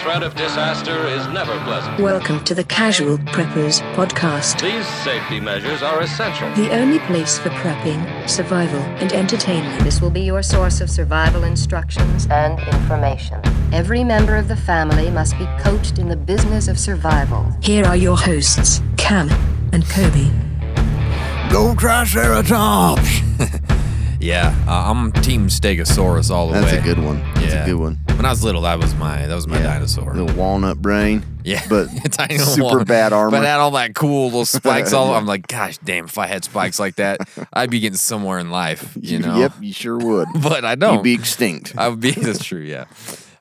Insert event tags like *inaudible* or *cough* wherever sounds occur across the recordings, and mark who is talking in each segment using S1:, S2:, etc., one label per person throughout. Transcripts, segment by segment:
S1: threat of disaster is never pleasant.
S2: Welcome to the Casual Preppers Podcast,
S1: These safety measures are essential.
S2: the only place for prepping, survival, and entertainment.
S3: This will be your source of survival instructions and information. Every member of the family must be coached in the business of survival.
S2: Here are your hosts, Cam and Kobe.
S4: Go Triceratops!
S5: *laughs* Yeah, uh, I'm Team Stegosaurus all the
S4: That's
S5: way.
S4: a good one. That's
S5: Yeah.
S4: a good one.
S5: When I was little, that was my that was my
S4: Yeah.
S5: dinosaur.
S4: The walnut brain.
S5: *laughs* yeah, *laughs*
S4: But
S5: tiny little
S4: super
S5: one.
S4: bad armor.
S5: But had all that cool
S4: *laughs*
S5: little spikes all. I'm like, gosh, damn! If I had spikes like that, *laughs* I'd be getting somewhere in life,
S4: *laughs*
S5: you know.
S4: Yep, you sure would.
S5: *laughs* But I don't.
S4: You'd be extinct.
S5: I would be. *laughs* That's true. Yeah.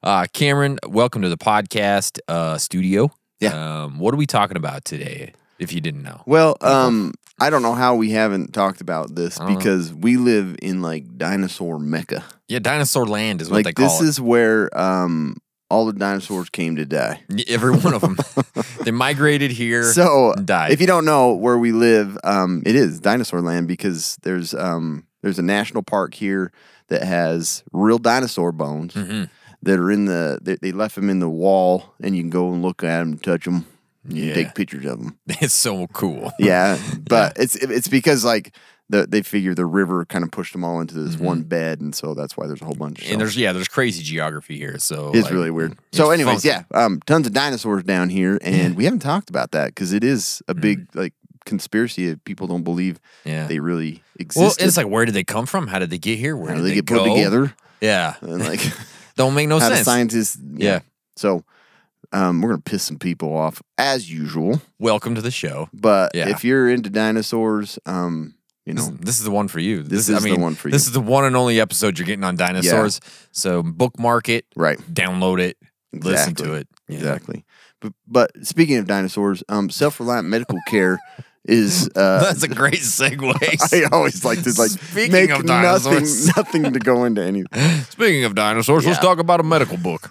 S5: Uh, Cameron, welcome to the podcast uh, studio.
S4: Yeah.
S5: Um, what are we talking about today? If you didn't know,
S4: Well, um, I don't know how we haven't talked about this
S5: know.
S4: because we live in like dinosaur mecca.
S5: yeah, dinosaur land is what they
S4: Like
S5: call
S4: this
S5: it.
S4: is where um all the dinosaurs came to die.
S5: Every one of
S4: *laughs*
S5: them, they migrated here.
S4: So
S5: and died.
S4: if you don't know where we live, um, it is dinosaur land because there's um there's a national park here that has real dinosaur bones
S5: Mm-hmm.
S4: that are in the they, they left them in the wall and you can go and look at them, touch them, you
S5: Yeah.
S4: can take pictures of them.
S5: *laughs* it's so cool. *laughs*
S4: Yeah, but it's it's because like the, they figure the river kind of pushed them all into this one bed, and so that's why there's a whole bunch. So
S5: Mm-hmm. and there's yeah, there's crazy geography here. So
S4: it's
S5: like,
S4: really weird.
S5: it's
S4: So, anyways,
S5: funky.
S4: yeah, um, tons of dinosaurs down here, and we haven't talked about that because it is a big like conspiracy. If people don't believe
S5: Mm. Yeah.
S4: they really
S5: Well,
S4: exist.
S5: it's like where did they come from? How did they get here? Where did
S4: how do they get
S5: go?
S4: put together,
S5: *laughs*
S4: Uh,
S5: Yeah,
S4: and like
S5: don't make no
S4: how do
S5: sense.
S4: scientists.
S5: Yeah.
S4: So, um, we're gonna piss some people off as usual,
S5: Welcome to the show.
S4: but
S5: Yeah.
S4: if you're into dinosaurs, um, you
S5: This,
S4: know,
S5: this is the one for you.
S4: This
S5: I
S4: is the
S5: mean,
S4: one for
S5: This
S4: you.
S5: is the one and only episode you're getting on dinosaurs. So bookmark it,
S4: right.
S5: download it, listen to
S4: Exactly.
S5: it. Yeah.
S4: Exactly. But, but speaking of dinosaurs, um, self-reliant medical care is
S5: *laughs* *laughs*
S4: uh,
S5: That's a great segue.
S4: *laughs* I always like to like
S5: Speaking
S4: make
S5: of
S4: nothing,
S5: dinosaurs.
S4: *laughs* nothing to go into anything.
S5: *laughs* Speaking of dinosaurs, let's
S4: Yeah.
S5: talk about a medical book.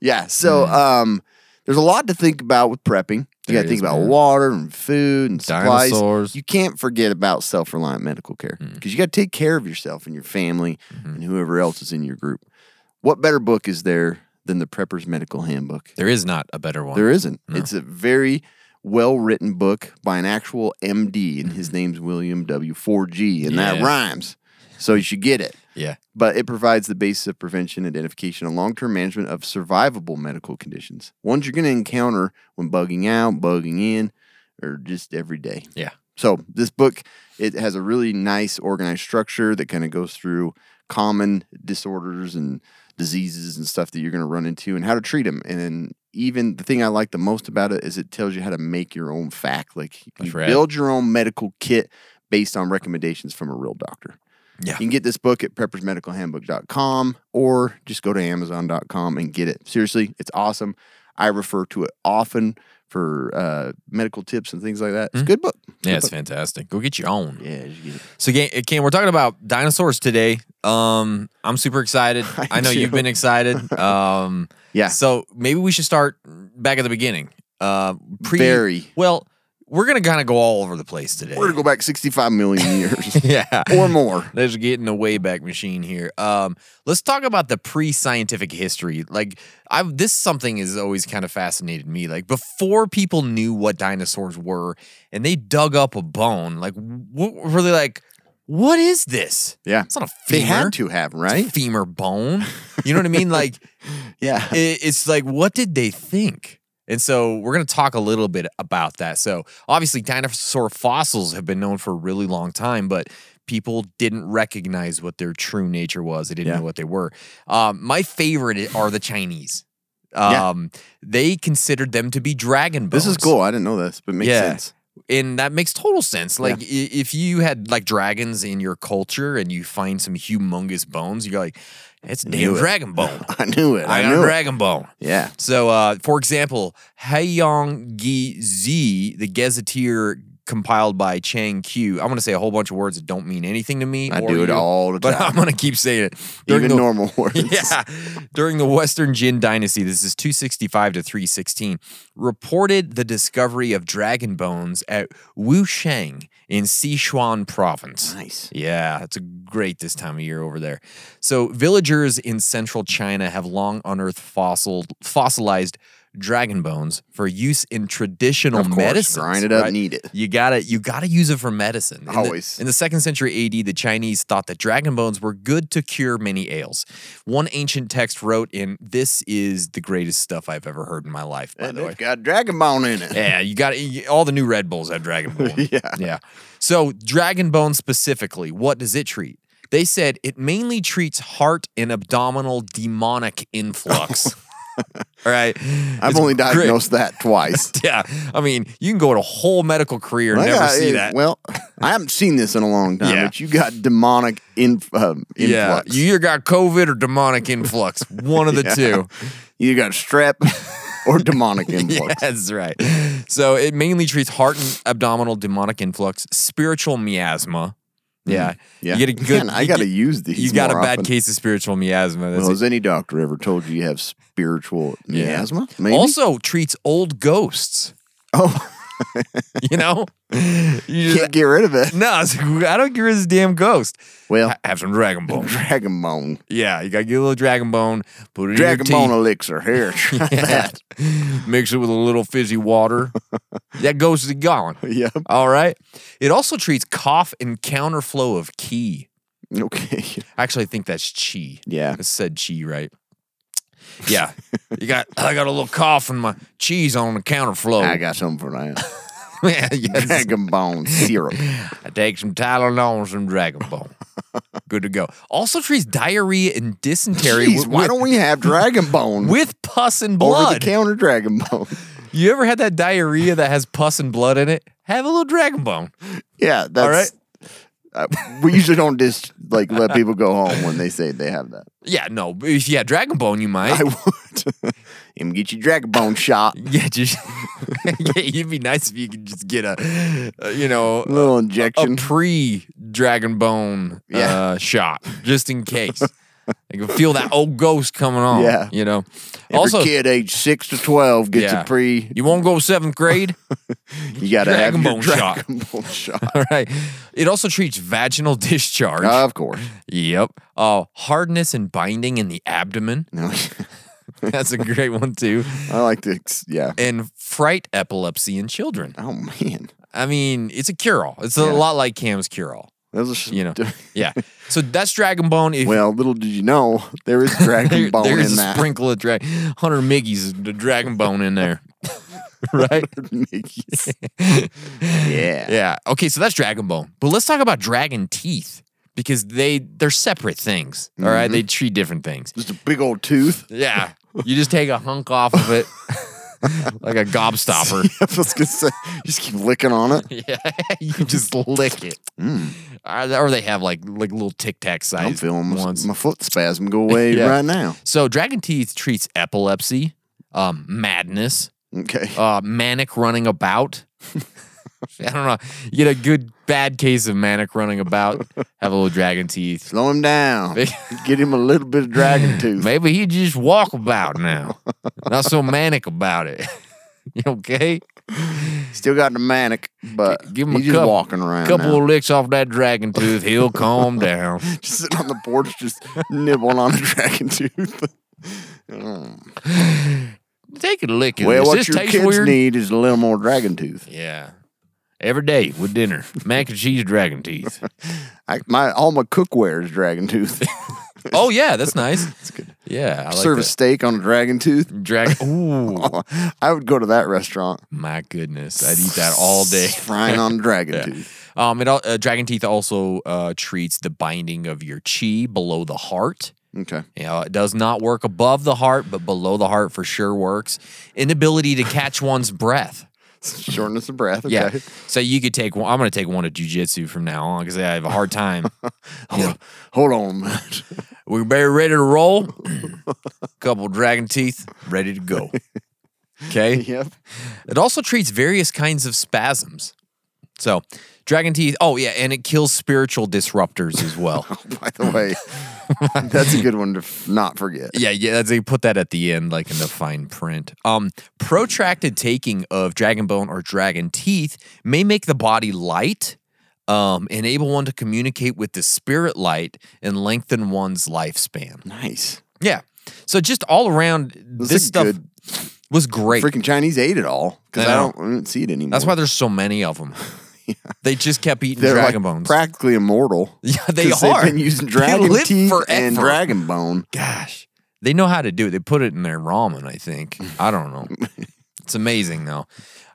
S4: Yeah. So um, there's a lot to think about with prepping. You
S5: Hmm. There
S4: got to think
S5: is,
S4: about
S5: man.
S4: water and food and supplies.
S5: Dinosaurs. Hmm.
S4: You can't forget about self-reliant medical care because you got to take care of yourself and your family
S5: Mm-hmm.
S4: and whoever else is in your group. What better book is there than the Prepper's Medical Handbook?
S5: There is not a better one.
S4: There isn't. It's a very well written book by an actual MD, and his name's William W4G, and that
S5: Mm-hmm. Yeah.
S4: rhymes. So you should get it.
S5: Yeah.
S4: But it provides the basis of prevention, identification, and long term management of survivable medical conditions, ones you're going to encounter when bugging out, bugging in, or just every day.
S5: Yeah.
S4: So this book it has a really nice organized structure that kind of goes through common disorders and diseases and stuff that you're going to run into and how to treat them. And then even the thing I like the most about it is it tells you how to make your own fact. Like you
S5: That's
S4: can
S5: rad.
S4: build your own medical kit based on recommendations from a real doctor.
S5: Yeah.
S4: You can get this book at preppersmedicalhandbook.com or just go to amazon.com and get it. Seriously, it's awesome. I refer to it often for uh, medical tips and things like that. It's a good book.
S5: Yeah, it's fantastic. Go get your own.
S4: Hmm. Yeah, you should get it.
S5: So, Ga- uh, Cam, we're talking about dinosaurs today. Um, I'm super excited.
S4: I
S5: *laughs* I, know
S4: too.
S5: you've been excited. *laughs* Um,
S4: Yeah.
S5: So maybe we should start back at the beginning. Uh, pre-
S4: Very.
S5: Well, we're gonna kind of go all over the place today.
S4: We're going to go back 65 million
S5: *laughs*
S4: years
S5: yeah.
S4: or more.
S5: Let's get in the wayback machine here. Um, let's talk about the pre-scientific history. Like, I've this something has always kind of fascinated me. Like before people knew what dinosaurs were, and they dug up a bone. Like, what were they like? What is this?
S4: Yeah.
S5: it's not a femur.
S4: They had to have 'em,
S5: It's a *laughs*
S4: right?
S5: femur bone. You know what I mean? Like,
S4: Yeah.
S5: it, it's like, what did they think? And so we're going to talk a little bit about that. So obviously, dinosaur fossils have been known for a really long time, but people didn't recognize what their true nature was. They didn't
S4: Yeah.
S5: know what they were. Um, my favorite are the Chinese.
S4: Yeah.
S5: Um, They considered them to be dragon bones.
S4: This is cool. I didn't know this, but it makes
S5: Yeah.
S4: sense. *laughs*
S5: And that makes total sense. Like, i- if you had like dragons in your culture and you find some humongous bones, you're like, that's a damn
S4: it.
S5: dragon bone.
S4: *laughs* I knew it. I,
S5: I got
S4: knew
S5: a
S4: it.
S5: dragon bone.
S4: Yeah.
S5: So, uh, for example, Haiyang Gi Zi, the gazetteer compiled by Chang Q. I'm going to say a whole bunch of words that don't mean anything to me.
S4: I
S5: or
S4: do it
S5: you,
S4: all the
S5: But *laughs*
S4: time.
S5: I'm going to keep saying it. During
S4: Even
S5: the- *laughs*
S4: normal words.
S5: Yeah. During the Western Jin Dynasty, this is 265 to 316, reported the discovery of dragon bones at Wusheng in Sichuan province.
S4: Nice.
S5: Yeah, it's great this time of year over there. So, villagers in central China have long unearthed fossil fossilized dragon bones for use in traditional
S4: Of course,
S5: medicine.
S4: grind it up and eat it.
S5: You gotta you gotta use it for medicine. In the-
S4: Always.
S5: in the second century AD, the Chinese thought that dragon bones were good to cure many ails. One ancient text wrote, and this is the greatest stuff I've ever heard in my life, by
S4: And
S5: the way.
S4: it's got Dragon Ball in it.
S5: Yeah, you got all the new Red Bulls have Dragon
S4: *laughs*
S5: Bone.
S4: Yeah.
S5: Yeah. So, Dragon Bone specifically, what does it treat? They said it mainly treats heart and abdominal demonic influx. *laughs* all right.
S4: Oh. I've
S5: It's
S4: only
S5: great.
S4: diagnosed that
S5: *laughs*
S4: twice.
S5: Yeah. I mean, you can go to a whole medical career and
S4: I
S5: never
S4: got-
S5: see
S4: eh,
S5: that.
S4: Well, *laughs* I haven't seen this in a long time,
S5: Yeah.
S4: but you got demonic inf- um,
S5: yeah.
S4: influx.
S5: You either got COVID or demonic
S4: *laughs*
S5: influx, one of the
S4: Yeah.
S5: two.
S4: You got strep
S5: *laughs*
S4: or demonic influx.
S5: That's right. So it mainly treats heart and abdominal demonic influx, spiritual miasma. Yeah.
S4: Mm, Yeah.
S5: You get a good
S4: Man, I
S5: you
S4: got to
S5: get-
S4: use these.
S5: You got a
S4: more
S5: bad
S4: often.
S5: case of spiritual miasma. That's
S4: Well,
S5: it.
S4: has any doctor ever told you you have spiritual
S5: Yeah.
S4: miasma? Maybe?
S5: Also treats old ghosts.
S4: oh,
S5: *laughs*
S4: *laughs*
S5: You know? You just-
S4: can't get rid of
S5: *laughs*
S4: it.
S5: no, it's like, I don't care this damn ghost.
S4: Well,
S5: Ha- have some dragon
S4: *laughs*
S5: bone.
S4: Dragon Bone.
S5: yeah, you gotta get a little dragon bone, put it
S4: Dragon
S5: in your
S4: Bone
S5: teeth. *laughs*
S4: elixir. Here, try
S5: Yeah.
S4: that.
S5: Mix it with a little fizzy
S4: *laughs*
S5: water. that ghost is gone.
S4: Yep.
S5: All right. It also treats cough and counterflow of ki.
S4: Okay.
S5: Actually, I think that's chi.
S4: Yeah.
S5: I said chi, right? Yeah. you got I got a little cough and my cheese on the counterflow.
S4: I got something for that.
S5: *laughs* yeah, yes.
S4: Dragon Bone syrup.
S5: I take some Tylenol and some Dragon
S4: *laughs*
S5: Ball. Good to go. Also treats diarrhea and dysentery
S4: Jeez,
S5: with,
S4: why don't we have Dragon
S5: *laughs*
S4: Bone
S5: with pus and
S4: over the
S5: blood.
S4: counter Dragon Bone?
S5: You ever had that diarrhea that has pus and blood in it? Have a little Dragon Bone.
S4: Yeah, that's Uh, we usually don't just like let people go home when they say they have that.
S5: Yeah, no. but If you had Dragon Bone, you might.
S4: *laughs* I would. Him get your Dragon Bone
S5: *laughs*
S4: shot.
S5: yeah, just *laughs* yeah, it'd be nice if you could just get a, a you know,
S4: Little
S5: a
S4: injection.
S5: pre Dragon Bone uh,
S4: Yeah.
S5: shot just in case. I can feel that old ghost coming on.
S4: Yeah.
S5: you know.
S4: Every kid age six to twelve gets
S5: Yeah.
S4: a pre.
S5: You won't go seventh grade? *laughs*
S4: You gotta
S5: Dragon
S4: have your
S5: Bone shot.
S4: Dragon Bone shot. Uh,
S5: All right. It also treats vaginal *laughs* discharge.
S4: of course.
S5: yep. Uh, hardness and binding in the
S4: *laughs*
S5: abdomen.
S4: No,
S5: That's a great one, too.
S4: I like to. ex- Yeah.
S5: And fright epilepsy in children.
S4: Oh man,
S5: I mean, it's a cure all. It's a
S4: Yeah.
S5: lot like Cam's cure all.
S4: that was
S5: You know.
S4: *laughs*
S5: Yeah. So that's Dragon Bone. If
S4: Well, little did you know *laughs* there is
S5: *laughs* there-
S4: Dragon Bone
S5: there's
S4: in
S5: a
S4: *laughs* that.
S5: sprinkle of dragon. Hunter Miggy's the Dragon Bone in there. *laughs*
S4: *laughs*
S5: right?
S4: Mickey's. yeah.
S5: Yeah. Okay, so that's Dragon Bone. But let's talk about Dragon Teeth because they they're separate things. All right,
S4: Mm-hmm.
S5: they treat different things.
S4: Just a big old tooth. *laughs*
S5: Yeah, you just take a hunk off of it like a
S4: *laughs*
S5: gobstopper. *laughs*
S4: I was gonna say, you just keep licking on it.
S5: yeah, you just lick it. Or- Or they have like like little Tic Tac
S4: I'm
S5: sized
S4: feeling my,
S5: ones.
S4: my foot spasm go away
S5: *laughs* Yeah.
S4: right now.
S5: So Dragon Teeth treats epilepsy, um, madness,
S4: Okay.
S5: uh, manic running about. *laughs* I don't know. You get a good bad case of manic running about. Have a little dragon teeth.
S4: Slow him
S5: *laughs*
S4: down.
S5: Big-
S4: Get him a little bit
S5: *laughs*
S4: of dragon tooth.
S5: Maybe he just walk about now. Not so manic about it. *laughs* You okay?
S4: Still got the manic, but
S5: Give him
S4: he's
S5: a
S4: just
S5: couple,
S4: walking around.
S5: couple
S4: now.
S5: of licks off that dragon tooth. He'll calm down.
S4: *laughs* just sitting on the porch,
S5: *laughs*
S4: just nibbling on a dragon tooth. Mm.
S5: Take a lick. of
S4: well,
S5: this.
S4: what
S5: This
S4: your
S5: tastes
S4: kids
S5: weird.
S4: need is a little more dragon tooth.
S5: Yeah. Every day with dinner, mac and cheese, dragon teeth.
S4: I, my all my cookware is dragon tooth.
S5: Oh yeah, that's
S4: *laughs*
S5: nice. That's good. Yeah, *laughs* I like
S4: Serve a steak on a dragon tooth. *laughs*
S5: that. Dragon. Ooh,
S4: Oh, I would go to that restaurant.
S5: *laughs* my goodness, I'd eat that all day.
S4: *laughs* Frying on
S5: *laughs*
S4: dragon tooth.
S5: Um, it al- uh, dragon teeth also uh, treats the binding of your chi below the heart.
S4: Okay.
S5: You know, it does not work above the heart, but below the heart for sure works. Inability to catch one's breath.
S4: Shortness of breath. Okay.
S5: Yeah. So you could take one. I'm going to take one of jujitsu from now on because I have a hard time.
S4: Hold, on- hold on, man.
S5: We're very ready to roll. *clears throat* Couple dragon teeth, ready to go. Okay.
S4: *laughs* yep.
S5: It also treats various kinds of spasms. So, dragon teeth. Oh yeah, and it kills spiritual disruptors as
S4: *laughs*
S5: well.
S4: By
S5: *laughs*
S4: the way, that's a good one to f- not forget.
S5: Yeah, yeah, that's, they put that at the end, like in the fine print. Um, protracted taking of dragon bone or dragon teeth may make the body light, um, enable one to communicate with the spirit light, and lengthen one's lifespan.
S4: Nice.
S5: Yeah, so just all around, this,
S4: is a
S5: stuff
S4: good-
S5: was great.
S4: Freaking Chinese ate it all because
S5: I
S4: I,
S5: know.
S4: don't I don't see it anymore.
S5: that's why there's so many of
S4: *laughs*
S5: them. They just kept eating
S4: They're
S5: dragon
S4: like
S5: bones.
S4: practically immortal.
S5: *laughs* Yeah, they
S4: 'cause
S5: are.
S4: They've been using
S5: They
S4: dragon
S5: live
S4: teeth
S5: forever.
S4: and dragon bone.
S5: gosh, they know how to do it. They put it in their ramen, I
S4: *laughs*
S5: think. I don't know. it's amazing though.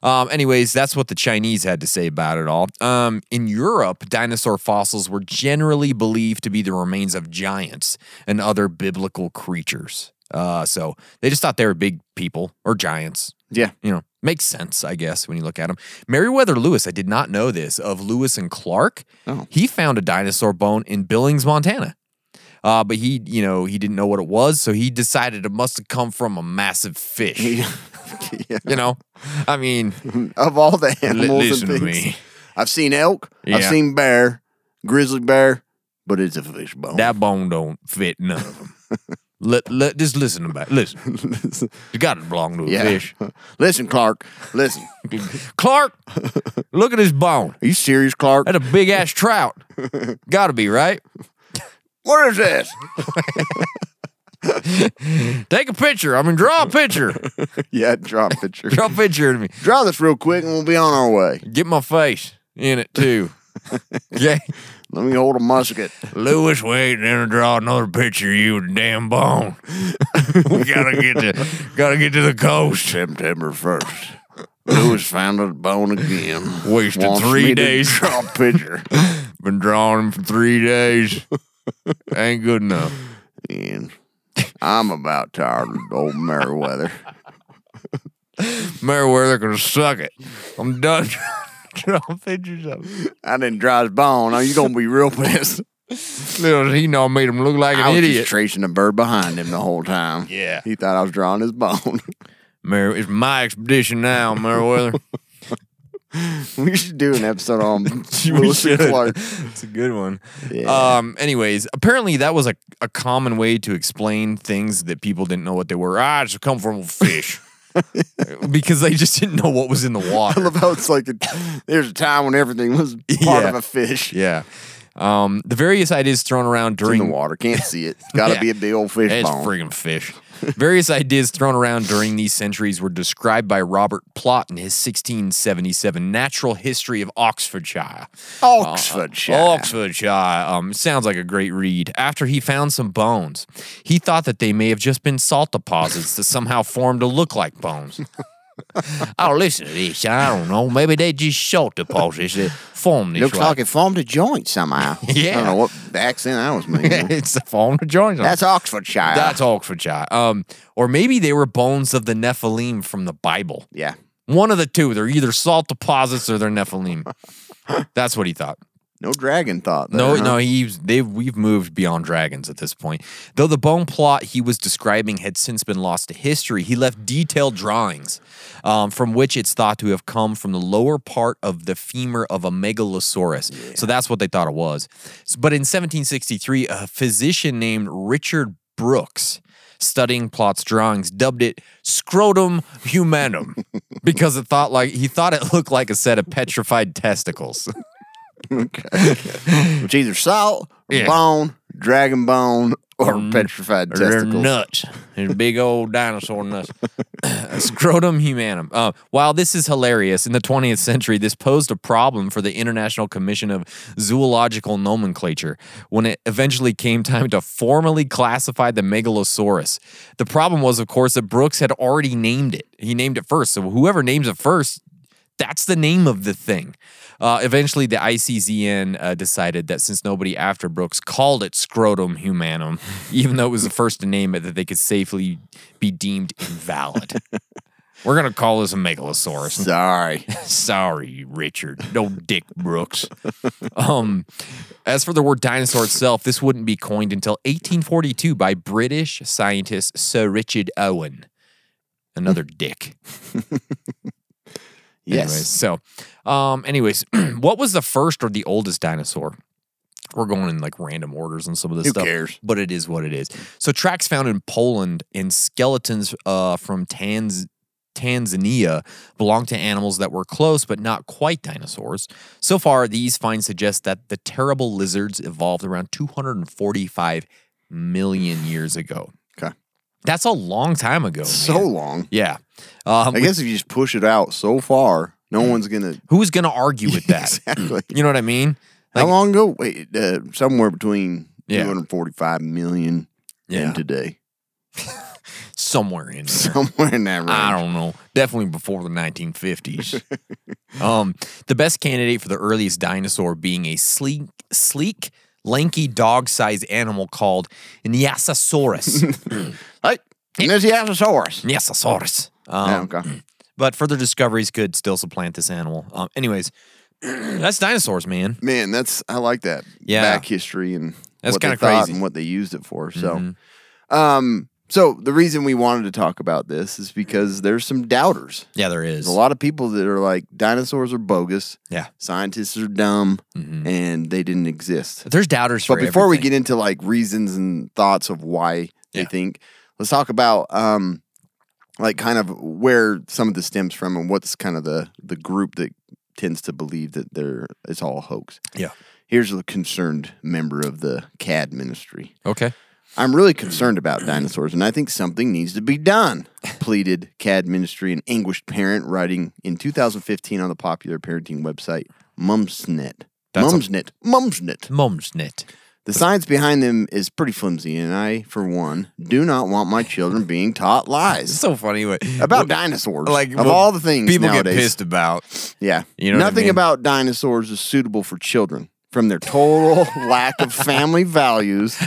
S5: Um, anyways, that's what the Chinese had to say about it all. Um, in Europe, dinosaur fossils were generally believed to be the remains of giants and other biblical creatures. Uh, so they just thought they were big people or giants.
S4: Yeah. *laughs*
S5: You know, makes sense, I guess, when you look at them. Meriwether Lewis, I did not know this, of Lewis and Clark.
S4: Oh.
S5: He found a dinosaur bone in Billings, Montana. Uh, but he, you know, he didn't know what it was, so he decided it must have come from a massive fish. you *laughs*
S4: Yeah.
S5: know, I mean,
S4: *laughs* Of all the animals
S5: listen to
S4: and things.
S5: me.
S4: I've seen elk, I've
S5: Yeah.
S4: seen bear, grizzly bear, but it's a fish bone.
S5: that bone don't fit none of them. let, let just listen about it. Listen, you got to belong to a
S4: yeah.
S5: fish.
S4: *laughs* Listen, Clark. Listen.
S5: Clark, look at this bone.
S4: Are you serious,
S5: *laughs*
S4: Clark?
S5: That's a big ass trout. got to be right.
S4: What is this? *laughs*
S5: Take a picture. I mean, draw a picture.
S4: yeah, draw
S5: *laughs*
S4: a picture.
S5: draw a picture of me.
S4: Draw this real quick and we'll be on our way.
S5: Get my face in it *laughs* too. Okay.
S4: Let me hold a musket.
S5: Lewis waiting to draw another picture of you with a damn bone. *laughs* we gotta get to gotta get to the coast.
S4: September 1st. Lewis found a bone again.
S5: Wasted
S4: Wants
S5: three
S4: me to
S5: days.
S4: draw a picture.
S5: Been drawing him for three days. Ain't good enough.
S4: and I'm about tired of old Meriwether.
S5: Meriwether can suck it. I'm done *laughs* drawing pictures of him.
S4: I didn't draw his bone. Are you going to be real pissed?
S5: Little does he know I made him look like
S4: I
S5: an
S4: was
S5: idiot.
S4: just tracing a bird behind him the whole time.
S5: Yeah.
S4: He thought I was drawing his bone. *laughs*
S5: Mer- it's my expedition now, Meriwether.
S4: we should do an episode
S5: *laughs*
S4: on *laughs* Lewis and Clark.
S5: It's a good one.
S4: Yeah.
S5: Um. Anyways, apparently that was a, a common way to explain things that people didn't know what they were. Ah, it's come from a
S4: *laughs*
S5: fish. because they just didn't know what was in the
S4: I
S5: water.
S4: love how it's like a, there's a time when everything was part
S5: Yeah.
S4: of a
S5: *laughs*
S4: fish.
S5: Yeah. Um. The various ideas thrown around
S4: It's in
S5: during
S4: the water. Can't see it. It's got to
S5: Yeah.
S4: be a big old fish
S5: It's
S4: bone.
S5: friggin'
S4: *laughs*
S5: fish. Various ideas thrown around during these centuries were described by Robert Plott in his 1677 Natural History of Oxfordshire.
S4: Oxfordshire.
S5: Oxfordshire. Um, sounds like a great read. After he found some bones, he thought that they may have just been salt deposits that somehow formed to look like
S4: *laughs*
S5: bones. oh, listen to this. I don't know. Maybe they just salt deposits that formed this.
S4: Looks
S5: way.
S4: like it formed a joint somehow. I
S5: *laughs* Yeah.
S4: don't know what accent that
S5: *laughs*
S4: was
S5: *laughs*
S4: making.
S5: it's the form to join them.
S4: That's Oxfordshire.
S5: That's Oxfordshire. Um, or maybe they were bones of the Nephilim from the Bible.
S4: yeah.
S5: One of the two. They're either salt deposits or they're Nephilim. That's what he thought.
S4: No dragon thought.
S5: No,
S4: there, huh?
S5: no, he's they we've moved beyond dragons at this point. Though the bone plot he was describing had since been lost to history, he left detailed drawings um, from which it's thought to have come from the lower part of the femur of a megalosaurus. So that's what they thought it was. S- But in 1763, a physician named Richard Brooks. Studying Plot's drawings, dubbed it scrotum
S4: *laughs*
S5: humanum because it thought like he thought it looked like a set of petrified testicles.
S4: It's either salt,
S5: Yeah. Mm,
S4: bone, dragon bone, or petrified
S5: They're
S4: testicles.
S5: nuts. They're big old dinosaur nuts. *coughs* Scrotum humanum. Uh, while this is hilarious, in the 20th century, this posed a problem for the International Commission of Zoological Nomenclature when it eventually came time to formally classify the megalosaurus. The problem was, of course, that Brooks had already named it. He named it first. So whoever names it first that's the name of the thing. Uh, eventually, the ICZN uh, decided that since nobody after Brooks called it scrotum humanum, *laughs* even though it was the first to name it, that they could safely be deemed invalid. We're going to call this a megalosaurus. *laughs*
S4: Sorry.
S5: Sorry, Richard. No Dick Brooks. Um, as for the word dinosaur itself, this wouldn't be coined until 1842 by British scientist Sir Richard Owen. Another dick.
S4: Yes.
S5: Anyways, so, um, anyways, *clears throat* what was the first or the oldest dinosaur? We're going in like random orders on some of this
S4: Who
S5: stuff.
S4: cares?
S5: But it is what it is. So tracks found in Poland and skeletons uh, from Tanz- Tanzania belong to animals that were close but not quite dinosaurs. So far, these finds suggest that the terrible lizards evolved around 245 million years ago.
S4: Okay.
S5: That's a long time ago.
S4: So
S5: Oh, man.
S4: long.
S5: yeah. Um, Mm.
S4: I guess if you just push it out so far, no one's gonna
S5: who's going to argue
S4: *laughs*
S5: with that?
S4: exactly.
S5: You know what I mean?
S4: How
S5: Like-
S4: long ago? Wait, uh, somewhere between
S5: Yeah.
S4: 245 million
S5: Yeah.
S4: and today, *laughs*
S5: Somewhere in there.
S4: somewhere in that range.
S5: I don't know. Definitely before the
S4: *laughs*
S5: 1950s. um, the best candidate for the earliest dinosaur being a sleek, sleek, lanky dog-sized animal called
S4: *laughs*
S5: Nyasasaurus.
S4: Hey, and there's the Allosaurus.
S5: Nyasasaurus. Um,
S4: Yeah, okay.
S5: But further discoveries could still supplant this animal. Um, anyways, *clears throat* that's dinosaurs, man.
S4: Man, that's I like that.
S5: Yeah.
S4: back history and
S5: That's
S4: what they
S5: kinda
S4: thought
S5: crazy. Mm-hmm.
S4: and what they used it for. So, um, so the reason we wanted to talk about this is because there's some doubters.
S5: Yeah, there is.
S4: There's a lot of people that are like dinosaurs are bogus,
S5: Yeah.
S4: scientists are dumb, and they didn't exist.
S5: There's doubters for
S4: But before we
S5: Mm-hmm. everything.
S4: get into like reasons and thoughts of why they
S5: Yeah.
S4: think, let's talk about um like kind of where some of this stems from and what's kind of the the group that tends to believe that they're it's all a hoax.
S5: Yeah.
S4: Here's a concerned member of the CAD ministry.
S5: Okay.
S4: I'm really concerned about dinosaurs, and I think something needs to be done, pleaded CAD Ministry, an anguished parent, writing in 2015 on the popular parenting website Mumsnet.
S5: That's a-
S4: Mumsnet. Mumsnet.
S5: Mumsnet.
S4: The science behind them is pretty flimsy, and I, for one, do not want my children being taught
S5: It's
S4: lies
S5: so funny. *laughs* what-
S4: about
S5: what-
S4: dinosaurs.
S5: Like
S4: Like of
S5: what
S4: all the things
S5: people
S4: nowadays.
S5: get pissed about.
S4: Yeah.
S5: You know what I
S4: Nothing
S5: mean?
S4: about dinosaurs is suitable for children. From their total *laughs* lack of
S5: *laughs*
S4: family values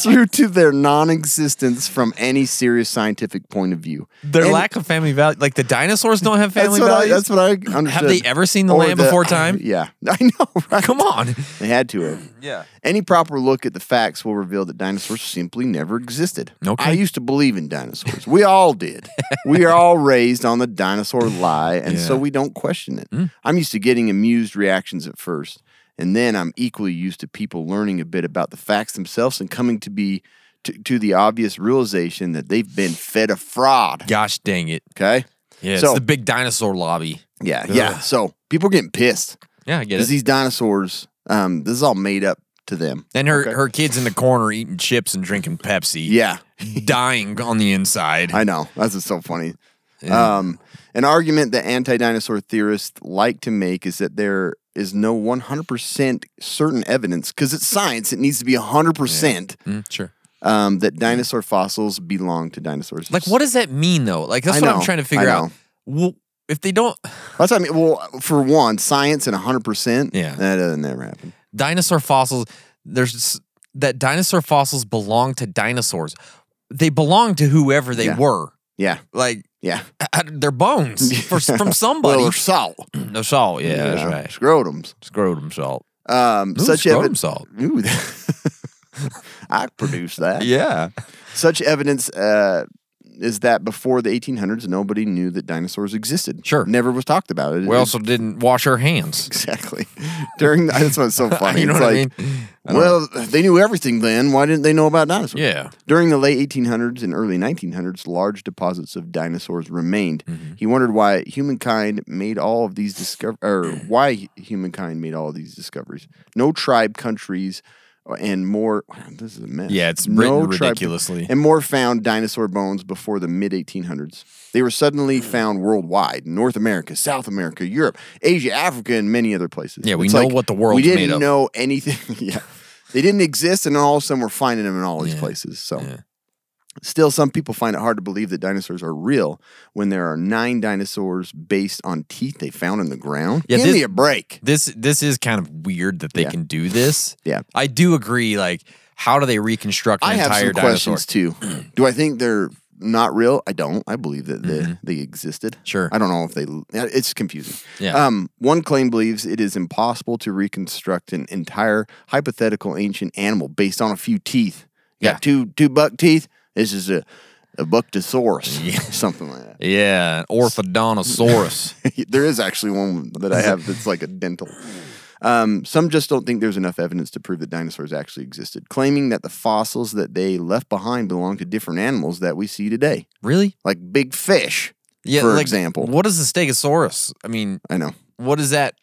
S4: through to their non existence from any serious scientific point of view.
S5: Their
S4: And
S5: lack of family value. Like the dinosaurs don't have family
S4: *laughs* that's what
S5: values.
S4: I, that's what I understood.
S5: Have they ever seen the
S4: Or
S5: land before time?
S4: *laughs* Yeah. I know, right?
S5: Come
S4: *laughs*
S5: on.
S4: They had to have.
S5: Yeah.
S4: Any proper look at the facts will reveal that dinosaurs simply never existed.
S5: Okay.
S4: I used to believe in dinosaurs. We all did. we are all raised on the dinosaur lie, and so
S5: Yeah. Mm.
S4: we don't question it. I'm used to getting amused reactions at first, and then I'm equally used to people learning a bit about the facts themselves and coming to be to, to the obvious realization that they've been fed a fraud.
S5: Gosh dang it.
S4: Okay.
S5: Yeah.
S4: So-
S5: it's the big dinosaur lobby.
S4: Yeah. Yeah.
S5: Ugh.
S4: So people are getting pissed
S5: Yeah, I get
S4: because
S5: it.
S4: these dinosaurs, um, this is all made up to them.
S5: and her,
S4: Okay.
S5: her kids in the corner eating chips and drinking Pepsi.
S4: Yeah.
S5: *laughs* Dying on the inside.
S4: *laughs* I know. That's just so funny.
S5: Yeah.
S4: Um, an argument that anti dinosaur theorists like to make is that there is no 100% certain evidence, because it's science, it needs to be 100%
S5: Mm, sure.
S4: um, that dinosaur fossils belong to dinosaurs.
S5: Like, what does that mean, though? Like, that's
S4: I
S5: what I'm
S4: know,
S5: trying to
S4: I
S5: figure out.
S4: know.
S5: Well, if they don't,
S4: That's what I mean. Well, for one, science and 100%,
S5: Yeah.
S4: that doesn't never happen.
S5: dinosaur fossils, there's s- that dinosaur fossils belong to dinosaurs. They belong to whoever they
S4: Yeah.
S5: were.
S4: Yeah.
S5: Like,
S4: Yeah.
S5: uh, their bones
S4: *laughs*
S5: for, from somebody.
S4: Well, or salt.
S5: no salt, yeah,
S4: you
S5: that's
S4: know,
S5: right.
S4: Scrotums.
S5: Scrotum salt.
S4: Um,
S5: Ooh,
S4: such
S5: scrotum
S4: evidence.
S5: salt.
S4: Ooh, *laughs* I produced that.
S5: Yeah.
S4: Such evidence uh, is that before the 1800s, nobody knew that dinosaurs existed.
S5: Sure.
S4: never was talked about. It
S5: We
S4: it-
S5: also didn't wash our hands.
S4: exactly *laughs* during. That's what's so
S5: *laughs*
S4: funny.
S5: you know
S4: it's
S5: what
S4: like,
S5: I mean?
S4: well, they knew everything then. Why didn't they know about dinosaurs?
S5: Yeah.
S4: During the late 1800s and early 1900s, large deposits of dinosaurs remained.
S5: Mm-hmm.
S4: He wondered why humankind made all of these discover
S5: *clears throat*
S4: or why humankind made all of these discoveries. No tribe, countries, uh, and more. wow, this is a mess.
S5: Yeah, it's written
S4: tribe-
S5: ridiculously.
S4: and more found dinosaur bones before the mid 1800s. They were suddenly found worldwide: North America, South America, Europe, Asia, Africa, and many other places.
S5: Yeah, we know what the
S4: We
S5: world's
S4: didn't
S5: made of.
S4: know anything. *laughs* yeah, they didn't exist, and all of a sudden we're finding them in all these
S5: Yeah.
S4: places. So.
S5: Yeah.
S4: Still, some people find it hard to believe that dinosaurs are real when there are nine dinosaurs based on teeth they found in the ground.
S5: Yeah,
S4: Give
S5: this-
S4: me a break.
S5: This this is kind of weird that they
S4: Yeah.
S5: can do this.
S4: Yeah.
S5: I do agree. Like, how do they reconstruct an
S4: I have
S5: entire
S4: some
S5: dinosaur?
S4: questions too. Do I think they're not real? I don't. I believe that they, they existed.
S5: Mm-hmm. Sure.
S4: I don't know if they. yeah, It's confusing.
S5: Yeah.
S4: Um. One claim believes it is impossible to reconstruct an entire hypothetical ancient animal based on a few teeth. You
S5: Yeah.
S4: Got two two buck teeth. This is a
S5: *laughs*
S4: a buctosaurus, something like that.
S5: Yeah,
S4: *laughs*
S5: Orthodontosaurus.
S4: there is actually one that I have that's like a dental. Um, some just don't think there's enough evidence to prove that dinosaurs actually existed, claiming that the fossils that they left behind belong to different animals that we see today,
S5: really?
S4: like big fish,
S5: Yeah.
S4: for
S5: like,
S4: example.
S5: what is the Stegosaurus? I mean,
S4: I know
S5: what is that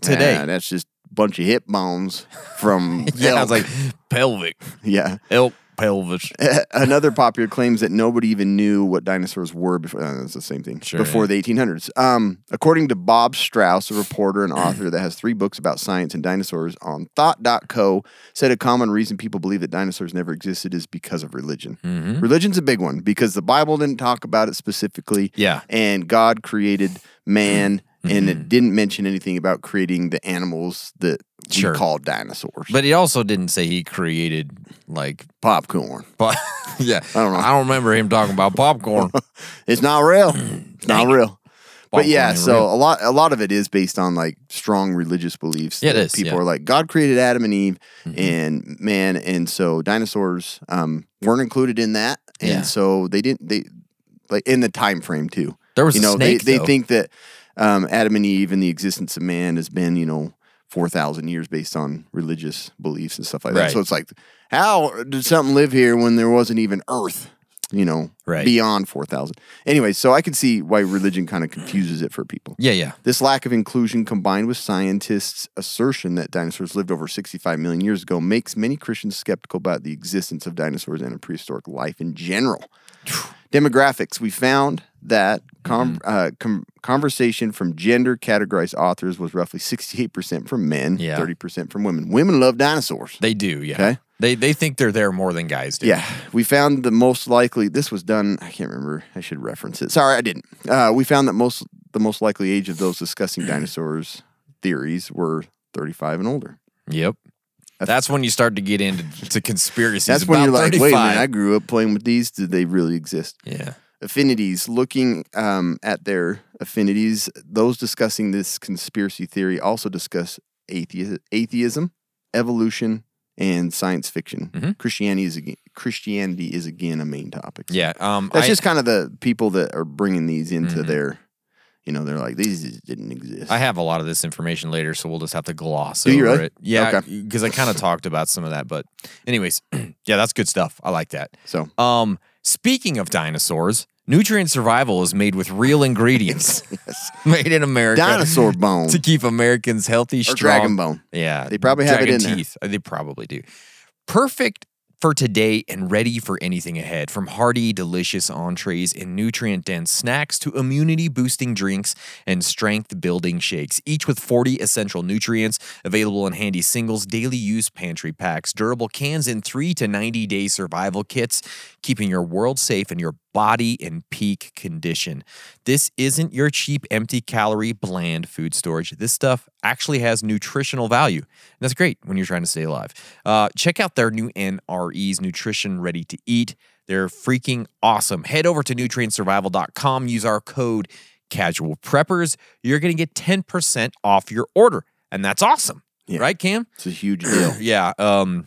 S5: today?
S4: Ah, that's just a bunch of hip bones from
S5: *laughs* yeah, I was
S4: elk.
S5: like pelvic
S4: *laughs* yeah.
S5: elk
S4: *laughs*
S5: pelvis.
S4: Another popular claims that nobody even knew what dinosaurs were before. Uh, it's the same thing.
S5: Sure,
S4: before
S5: yeah.
S4: the 1800s. Um, according to Bob Strauss, a reporter and author that has three books about science and dinosaurs on Thought.co, said a common reason people believe that dinosaurs never existed is because of religion.
S5: Mm-hmm.
S4: Religion's a big one because the Bible didn't talk about it specifically.
S5: Yeah.
S4: and God created man,
S5: Mm-hmm.
S4: and it didn't mention anything about creating the animals that we
S5: Sure.
S4: call dinosaurs.
S5: But he also didn't say he created like *laughs*
S4: popcorn.
S5: pop. yeah, I
S4: don't know.
S5: I don't remember him talking about popcorn.
S4: It's not real. It's not real. *laughs* But
S5: Popcorn
S4: yeah,
S5: ain't
S4: so
S5: real.
S4: a lot a lot of it is based on like strong religious beliefs.
S5: Yeah, it
S4: that
S5: is,
S4: People
S5: yeah. Mm-hmm.
S4: are like God created Adam and Eve and man, and so dinosaurs um, weren't included in that, and
S5: Yeah.
S4: so they didn't they like in the time frame too.
S5: There was a
S4: you know
S5: snake,
S4: they they
S5: though.
S4: think that um, Adam and Eve and the existence of man has been you know. 4,000 years based on religious beliefs and stuff like that.
S5: Right.
S4: So it's like, how did something live here when there wasn't even Earth? you know,
S5: Right.
S4: beyond 4,000. Anyway, so I can see why religion kind of confuses it for people.
S5: yeah, yeah.
S4: This lack of inclusion combined with scientists' assertion that dinosaurs lived over 65 million years ago makes many Christians skeptical about the existence of dinosaurs and prehistoric life in general. Demographics. We found that com- uh, com- conversation from gender categorized authors was roughly 68% from men,
S5: Yeah.
S4: 30% from women. Women love dinosaurs.
S5: They do. Yeah.
S4: Okay.
S5: They they think they're there more than guys do.
S4: Yeah, we found the most likely. This was done. I can't remember. I should reference it. Sorry, I didn't. Uh, we found that most the most likely age of those discussing dinosaurs theories were 35 and older.
S5: Yep. That's, when you start to get into *laughs* to conspiracies.
S4: That's when
S5: about
S4: you're like, wait a
S5: 35.
S4: minute, I grew up playing with these. Did they really exist?
S5: yeah.
S4: affinities, looking um, at their affinities, those discussing this conspiracy theory also discuss atheism, atheism evolution, and science fiction. Christianity is again, Christianity is again a main topic.
S5: Yeah. Um. I-
S4: that's
S5: Mm-hmm.
S4: just kind of the people that are bringing these into their, you know, they're like these just didn't exist.
S5: I have a lot of this information later, so we'll just have to gloss
S4: Do you
S5: over
S4: really?
S5: it. Yeah,
S4: Okay.
S5: because I kind of talked about some of that. But, anyways, *clears throat* yeah, that's good stuff. I like that.
S4: so
S5: Um, speaking of dinosaurs, nutrient survival is made with real ingredients
S4: *laughs*
S5: *laughs* made in America.
S4: dinosaur
S5: *laughs*
S4: bone
S5: to keep Americans healthy,
S4: or
S5: strong.
S4: dragon bone.
S5: Yeah,
S4: They probably have it
S5: dragon
S4: in there.
S5: teeth. Uh, They probably do. Perfect for today and ready for anything ahead. From hearty, delicious entrees and nutrient dense snacks to immunity boosting drinks and strength building shakes, each with 40 essential nutrients available in handy singles, daily use pantry packs, durable cans, and 3 to 90 day survival kits, keeping your world safe and your body in peak condition. This isn't your cheap, empty calorie, bland food storage. This stuff actually has nutritional value. And that's great when you're trying to stay alive. Uh, check out their new NREs, Nutrition Ready to Eat. They're freaking awesome. Head over to nutrientsurvival.com, use our code casual preppers. You're going to get 10% off your order. And that's awesome.
S4: Yeah.
S5: Right, Cam?
S4: It's a huge
S5: *clears throat*
S4: deal.
S5: Yeah. Um,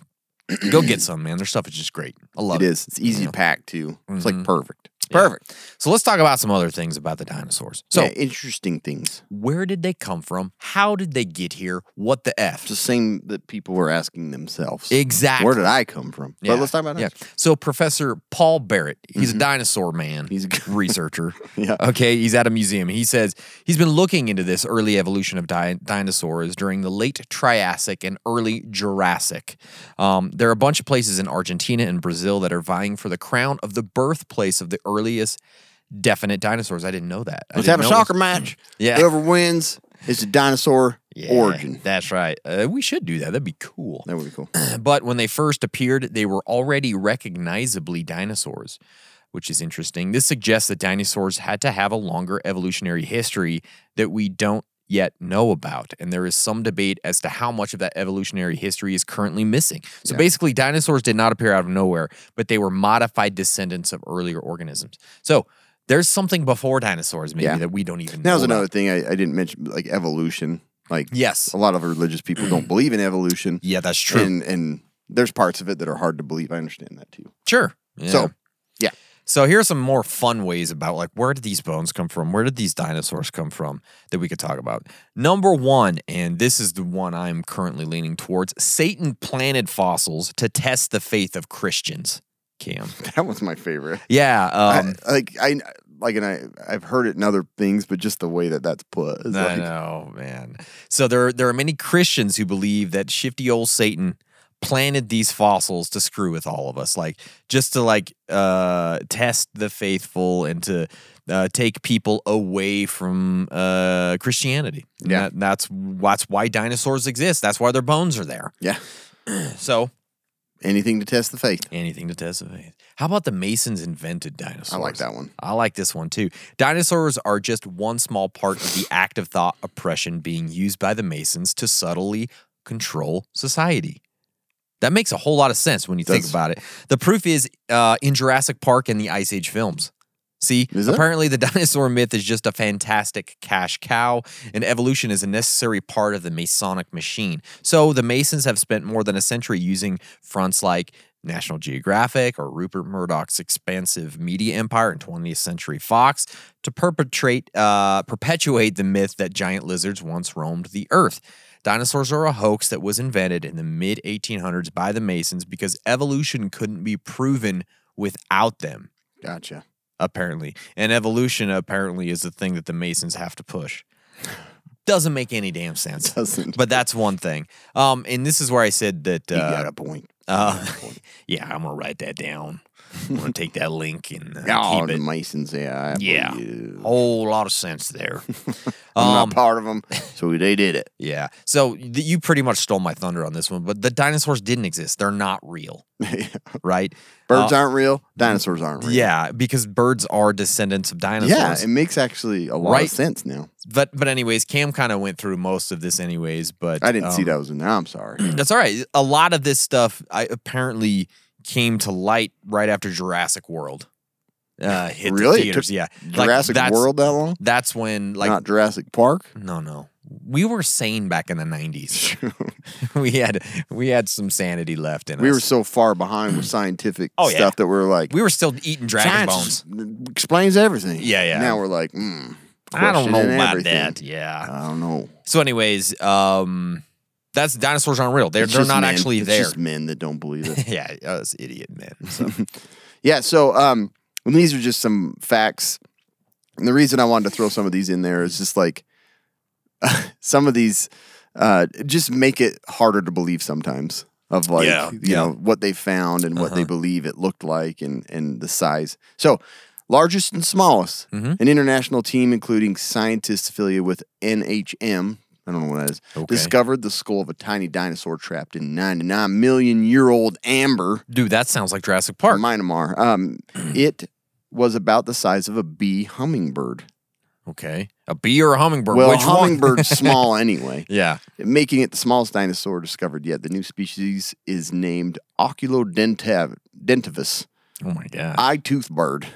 S5: go get some, man. Their stuff is just great. I love it.
S4: it
S5: Mm-hmm.
S4: is. It's easy to pack too. It's like perfect. It's
S5: Yeah.
S4: perfect.
S5: So let's talk about some other things about the dinosaurs. So,
S4: So interesting things.
S5: Where did they come from? How did they get here? What the F?
S4: It's the same that people were asking themselves.
S5: exactly.
S4: Where did I come from?
S5: Yeah.
S4: But let's talk about
S5: Yeah.
S4: it.
S5: So Professor Paul Barrett, he's a dinosaur man.
S4: He's a good- *laughs*
S5: researcher.
S4: Yeah.
S5: Okay. He's at a museum. He says he's been looking into this early evolution of di- dinosaurs during the late Triassic and early Jurassic. Um, there are a bunch of places in Argentina and Brazil that are vying for the crown of the birthplace of the earliest definite dinosaurs. I didn't know that. I
S4: Let's
S5: didn't
S4: have a
S5: know it was-
S4: soccer match.
S5: *laughs* *clears throat* Yeah.
S4: Whoever wins is the dinosaur
S5: Yeah,
S4: origin.
S5: That's right. Uh, we should do that. That'd be cool.
S4: That would be cool.
S5: *clears throat* But when they first appeared, they were already recognizably dinosaurs, which is interesting. This suggests that dinosaurs had to have a longer evolutionary history that we don't yet know about. And there is some debate as to how much of that evolutionary history is currently missing. So basically, dinosaurs did not appear out of nowhere, but they were modified descendants of earlier organisms. So there's something before dinosaurs, maybe,
S4: Yeah.
S5: that we don't even
S4: That
S5: know.
S4: was
S5: about.
S4: another thing I, I didn't mention, like evolution. Like
S5: Yes.
S4: a lot of religious people don't believe in evolution.
S5: Yeah, that's true.
S4: And and there's parts of it that are hard to believe. I understand that too.
S5: Sure. Yeah.
S4: So yeah,
S5: So here are some more fun ways about like where did these bones come from? Where did these dinosaurs come from that we could talk about? Number one, and this is the one I'm currently leaning towards: Satan planted fossils to test the faith of Christians. Cam,
S4: *laughs* That was my favorite.
S5: yeah, um,
S4: I, like I like, and I I've heard it in other things, but just the way that that's put. is
S5: I
S4: like,
S5: know, man. So there, there are many Christians who believe that shifty old Satan planted these fossils to screw with all of us, like just to like uh, test the faithful and to uh, take people away from uh, Christianity. And
S4: Yeah.
S5: that- that's that's why dinosaurs exist. That's why their bones are there.
S4: Yeah,
S5: So
S4: anything to test the faith.
S5: anything to test the faith. How about the Masons invented dinosaurs?
S4: I like that one.
S5: I like this one too. Dinosaurs are just one small part of the act of thought oppression being used by the Masons to subtly control society. That makes a whole lot of sense when you think
S4: Does.
S5: about it. The proof is uh, in Jurassic Park and the Ice Age films. See,
S4: Is it?
S5: apparently the *laughs* dinosaur myth is just a fantastic cash cow, and evolution is a necessary part of the Masonic machine. So the Masons have spent more than a century using fronts like National Geographic or Rupert Murdoch's expansive media empire and 20th Century Fox to perpetrate, uh, perpetuate the myth that giant lizards once roamed the earth. Dinosaurs are a hoax that was invented in the mid 1800s by the Masons because evolution couldn't be proven without them
S4: Gotcha.
S5: apparently. And evolution apparently is the thing that the Masons have to push. Doesn't make any damn sense.
S4: Doesn't.
S5: But that's one thing. Um, and this is where I said that.
S4: you got
S5: Uh,
S4: a point.
S5: uh, *laughs* yeah, I'm gonna write that down. I'm
S4: *laughs*
S5: gonna take that link and uh,
S4: Oh,
S5: keep
S4: the
S5: it.
S4: Masons. Yeah, I
S5: Yeah.
S4: believe.
S5: Whole lot of sense there.
S4: *laughs* I'm
S5: Um,
S4: not part
S5: *laughs*
S4: of them, so they did it. *laughs*
S5: yeah. So th- you pretty much stole my thunder on this one, but the dinosaurs didn't exist. They're not real, right?
S4: Birds
S5: Uh,
S4: aren't real. Dinosaurs aren't real.
S5: Yeah, because birds are descendants of dinosaurs.
S4: Yeah, it makes actually a lot
S5: Right.
S4: of sense now.
S5: but but anyways, Cam kind of went through most of this anyways. But
S4: I didn't see
S5: um,
S4: that was in there. I'm sorry.
S5: That's all right. A lot of this stuff I apparently came to light right after Jurassic World uh, hit
S4: Really?
S5: the
S4: It
S5: theaters.
S4: took
S5: yeah, Like,
S4: Jurassic
S5: that's-
S4: World that long?
S5: That's when like
S4: Not Jurassic Park.
S5: no no we were sane back in the nineties.
S4: *laughs*
S5: *laughs* we had we had some sanity left in
S4: we
S5: us.
S4: were so far behind with scientific
S5: *clears throat* Oh, yeah.
S4: stuff that we are like
S5: we were still eating dragon bones.
S4: "Science explains everything.
S5: Yeah, yeah.
S4: Now we're like, mm,
S5: I don't know
S4: questioning
S5: about
S4: everything. Uh,
S5: that. Yeah.
S4: I don't know.
S5: So anyways, um, that's dinosaurs aren't real. They're
S4: It's
S5: they're
S4: just
S5: not
S4: men.
S5: actually
S4: It's
S5: there.
S4: Just men that don't believe
S5: *laughs*
S4: it.
S5: yeah, us idiot men. So.
S4: yeah. So, um, and these are just some facts. And the reason I wanted to throw some of these in there is just like *laughs* some of these uh, just make it harder to believe sometimes of like
S5: Yeah,
S4: you
S5: yeah. Uh-huh.
S4: know what they found and what they believe it looked like and and the size. So largest and smallest,
S5: Mm-hmm.
S4: an international team including scientists affiliated with NHM. I don't know what that is.
S5: Okay.
S4: Discovered the skull of a tiny dinosaur trapped in 99 million year old amber.
S5: Dude, that sounds like Jurassic Park.
S4: Myanmar.
S5: *clears throat*
S4: Um, it was about the size of a bee hummingbird.
S5: okay. A bee or a hummingbird?
S4: well,
S5: Which one?
S4: hummingbird's small anyway,
S5: *laughs* yeah.
S4: making it the smallest dinosaur discovered yet. The new species is named Oculodentav. Dentavis,
S5: Oh my god.
S4: eye tooth bird.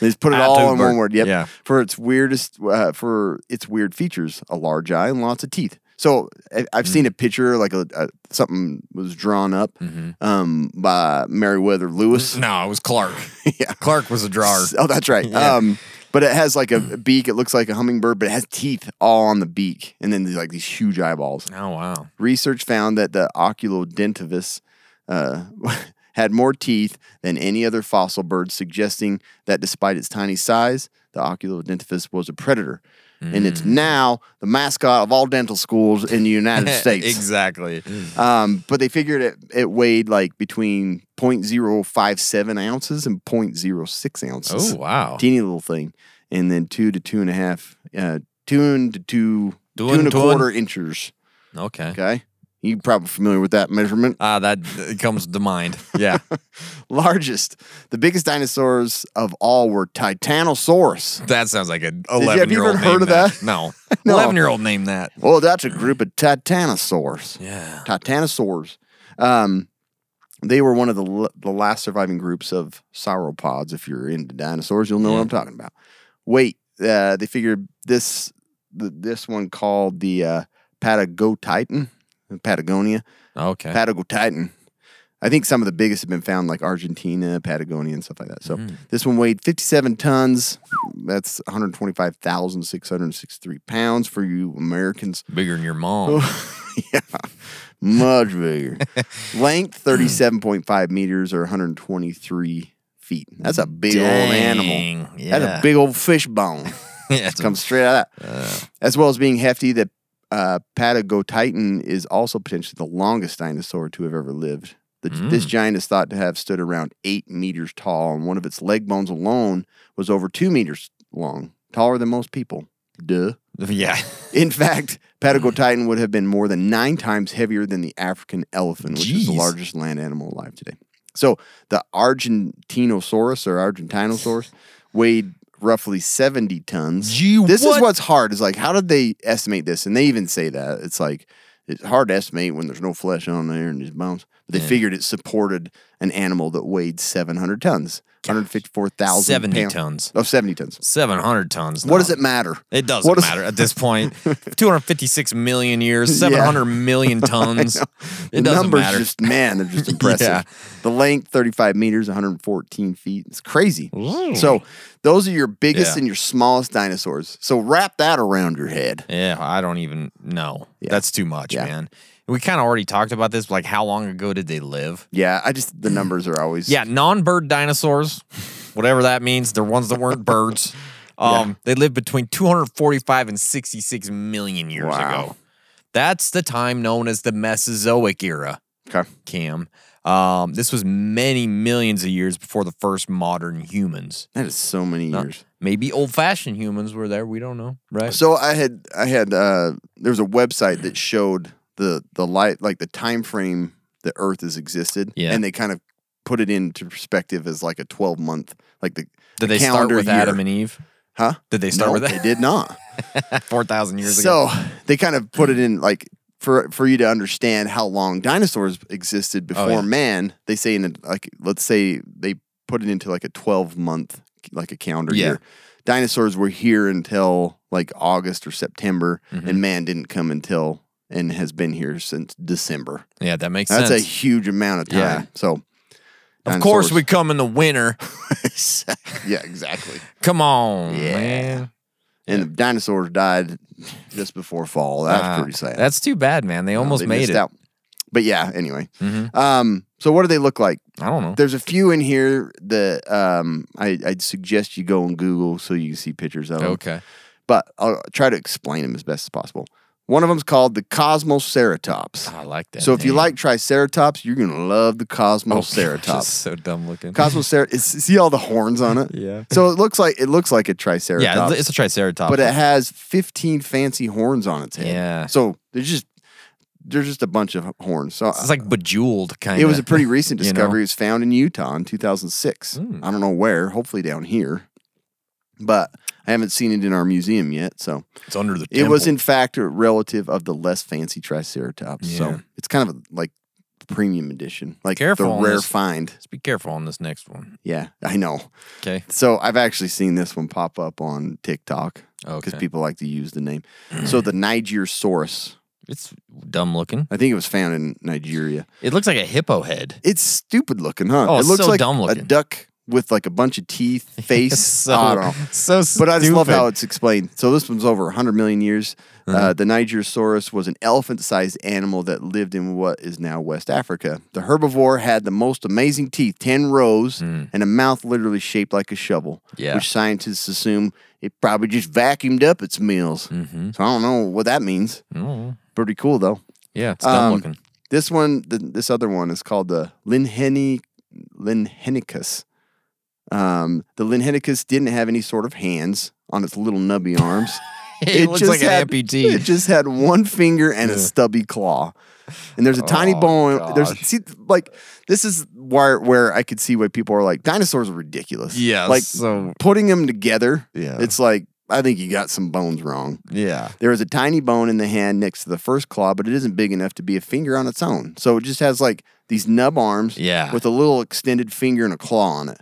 S4: They just put it
S5: Eye
S4: all
S5: tooth
S4: in
S5: bird.
S4: one word. Yep.
S5: Yeah.
S4: For its weirdest, uh, for its weird features, a large eye and lots of teeth. So I- I've
S5: Mm.
S4: seen a picture like a, a something was drawn up
S5: Mm-hmm.
S4: um, by Meriwether
S5: *laughs*
S4: Lewis.
S5: no, it was Clark.
S4: *laughs* yeah.
S5: Clark was a drawer.
S4: Oh, that's right.
S5: *laughs* Yeah.
S4: Um, but it has like a beak. It looks like a hummingbird, but it has teeth all on the beak, and then these, like these huge eyeballs.
S5: Oh wow.
S4: Research found that the oculodentavis uh, *laughs* had more teeth than any other fossil bird, suggesting that despite its tiny size, the oculodentavis was a predator, and
S5: Mm.
S4: it's now the mascot of all dental schools in
S5: *laughs*
S4: the United States.
S5: exactly.
S4: Um, but they figured it, it weighed like between 0.057 ounces and 0.06 ounces
S5: Oh wow.
S4: teeny little thing, and then two to two and a half, uh, two and to two, two
S5: Doing-
S4: and a
S5: doing.
S4: quarter inches.
S5: Okay.
S4: Okay, you probably familiar with that measurement. *laughs*
S5: Ah, that uh, comes to mind. Yeah.
S4: Largest, the biggest dinosaurs of all were Titanosaurus.
S5: That sounds like an
S4: you
S5: eleven year old
S4: even heard of that?
S5: No.
S4: *laughs* No.
S5: Eleven year old named that.
S4: Well, that's a group of Titanosaurs.
S5: Yeah.
S4: Titanosaurs. Um, they were one of the l- the last surviving groups of sauropods. If you're into dinosaurs, you'll know what I'm talking about. Wait, uh, they figured this th- this one called the uh, Patagotitan, Patagonia,
S5: Okay.
S4: Patagotitan. I think some of the biggest have been found like Argentina, Patagonia, and stuff like that. So this one weighed 57 tons. That's 125,663 pounds for you Americans.
S5: Bigger than your mom.
S4: *laughs* yeah, much bigger.
S5: *laughs*
S4: Length 37.5 meters or 123 feet. That's a big old animal.
S5: Dang,
S4: That's
S5: yeah.
S4: a big old fish bone.
S5: *laughs* Yeah, it's a- Uh.
S4: comes straight out
S5: *laughs*
S4: of that. as well as being hefty, the uh, Patagotitan is also potentially the longest dinosaur to have ever lived. The,
S5: Hmm.
S4: This giant is thought to have stood around eight meters tall, and one of its leg bones alone was over two meters long, taller than most people. Duh.
S5: yeah.
S4: In
S5: Mm.
S4: fact, Patagotitan would have been more than nine times heavier than the African elephant, which is the
S5: Jeez.
S4: largest land animal alive today. So the Argentinosaurus or Argentinosaurus weighed roughly 70 tons.
S5: Gee,
S4: this is
S5: what?
S4: what's hard is like, how did they estimate this? And they even say that. It's like, it's hard to estimate when there's no flesh on there and just bones. But they figured it supported an animal that weighed 700 tons, 154,000
S5: 70
S4: pounds.
S5: tons.
S4: Oh, 70 tons.
S5: 700 tons.
S4: What does
S5: No.
S4: it matter?
S5: It doesn't
S4: What does-
S5: matter at this point.
S4: *laughs*
S5: 256 million years,
S4: Yeah.
S5: 700
S4: *laughs*
S5: million tons.
S4: The
S5: It doesn't
S4: numbers
S5: matter.
S4: just man, they're
S5: *laughs*
S4: just impressive.
S5: Yeah.
S4: The length, 35 meters, 114 feet. It's crazy. So those are your biggest
S5: Yeah.
S4: and your smallest dinosaurs. So wrap that around your head.
S5: Yeah, I don't even know.
S4: Yeah.
S5: That's too much,
S4: Yeah.
S5: man. We kind of already talked about this. but, Like, how long ago did they live?
S4: Yeah, I just the numbers are always
S5: Yeah, non-bird dinosaurs, whatever that means. They're ones that weren't
S4: *laughs*
S5: birds. Um, They lived between 245 and 66 million years
S4: Wow.
S5: ago. That's the time known as the Mesozoic era.
S4: Okay.
S5: Cam. Um, this was many millions of years before the first modern humans.
S4: That is so many
S5: Not-
S4: years.
S5: Maybe old-fashioned humans were there. We don't know, right?
S4: So I had I had uh there was a website that showed the the light like the time frame the earth has existed.
S5: Yeah.
S4: And they kind of put it into perspective as like a 12 month like the
S5: did
S4: the
S5: they start
S4: calendar
S5: with
S4: year.
S5: Adam and
S4: *laughs*
S5: Eve?
S4: Huh?
S5: Did they start
S4: No,
S5: with
S4: They
S5: that?
S4: did not.
S5: 4,000 years ago.
S4: so they kind of put it in like for for you to understand how long dinosaurs existed before
S5: Oh, yeah.
S4: man. They say in a, like let's say they put it into like a twelve month like a calendar
S5: Yeah.
S4: year. Dinosaurs were here until like August or September,
S5: Mm-hmm.
S4: and man didn't come until and has been here since December.
S5: Yeah, that makes
S4: That's
S5: sense.
S4: a huge amount of time.
S5: Yeah.
S4: So,
S5: of course, we
S4: dinosaurs-
S5: come in the
S4: *laughs*
S5: winter.
S4: yeah,
S5: *laughs*
S4: exactly.
S5: Come on,
S4: Yeah.
S5: man.
S4: And the dinosaurs died just before fall. That's
S5: Wow.
S4: pretty sad.
S5: Ah, That's too bad, man. They
S4: Well,
S5: almost
S4: they
S5: made
S4: missed
S5: it.
S4: out. But yeah, anyway.
S5: Mhm.
S4: Um, so what do they look like?
S5: I don't know.
S4: There's a few in here that um, I, I'd suggest you go and Google so you can see pictures of them.
S5: Okay.
S4: But I'll try to explain them as best as possible. One of them's called the Cosmoceratops.
S5: I like that.
S4: so if you
S5: name.
S4: like Triceratops, you're gonna love the
S5: Oh, *laughs*
S4: Cosmoceratops.
S5: it's so dumb looking.
S4: Cosmoceratops. See all the horns on it.
S5: *laughs* Yeah.
S4: So it looks like it looks like a Triceratops
S5: yeah, it's, it's a triceratops.
S4: but it has 15 fancy horns on its head.
S5: Yeah.
S4: So there's just there's just a bunch of horns. So
S5: it's like bejeweled kind of.
S4: it was
S5: *laughs*
S4: a pretty recent
S5: you know? Hmm.
S4: discovery. It was found in Utah in 2006. I don't know where. Hopefully down here, but I haven't seen it in our museum yet. So
S5: It's under the.
S4: it was in
S5: temple.
S4: fact a relative of the less fancy Triceratops.
S5: Yeah.
S4: So it's kind of like premium edition, like
S5: Careful on
S4: the rare
S5: this.
S4: find.
S5: Let's be careful on this next one.
S4: Yeah, I know.
S5: Okay.
S4: So I've actually seen this one pop up on TikTok because
S5: Okay.
S4: people like to use the name. so the Nigerosaurus,
S5: It's dumb looking.
S4: I think it was found in Nigeria.
S5: It looks like a hippo head.
S4: It's stupid looking, huh?
S5: Oh,
S4: it
S5: it's
S4: looks
S5: so
S4: like
S5: dumb
S4: a
S5: looking.
S4: duck with like a bunch of teeth,
S5: *laughs*
S4: face.
S5: It's so
S4: I don't know.
S5: so.
S4: But I just love
S5: stupid. Uh-huh.
S4: how it's explained. So this one's over 100 million years. Uh, the Nigerosaurus was an elephant-sized animal that lived in what is now West Africa. The herbivore had the most amazing teeth, 10 rows, and a mouth literally shaped like a shovel,
S5: Mm. Yeah.
S4: which scientists assume it probably just vacuumed up its meals. So I don't know what that means.
S5: Mm.
S4: Pretty cool, though.
S5: Yeah, it's dumb
S4: Um,
S5: looking. *laughs*
S4: This one, th- this other one is called the Linheni, Linhenicus. Um, the Linhenicus didn't have any sort of hands on its little nubby arms.
S5: *laughs* It looks like an amputee.
S4: It just had one finger and a stubby claw. And there's a tiny
S5: Oh,
S4: bone. There's
S5: gosh.
S4: see, like this is where where I could see why people are like dinosaurs are ridiculous.
S5: Yeah,
S4: like
S5: so-
S4: putting them together.
S5: Yeah.
S4: it's like I think you got some bones wrong.
S5: Yeah.
S4: There is a tiny bone in the hand next to the first claw, but it isn't big enough to be a finger on its own. So it just has like these nub arms
S5: Yeah.
S4: with a little extended finger and a claw on it.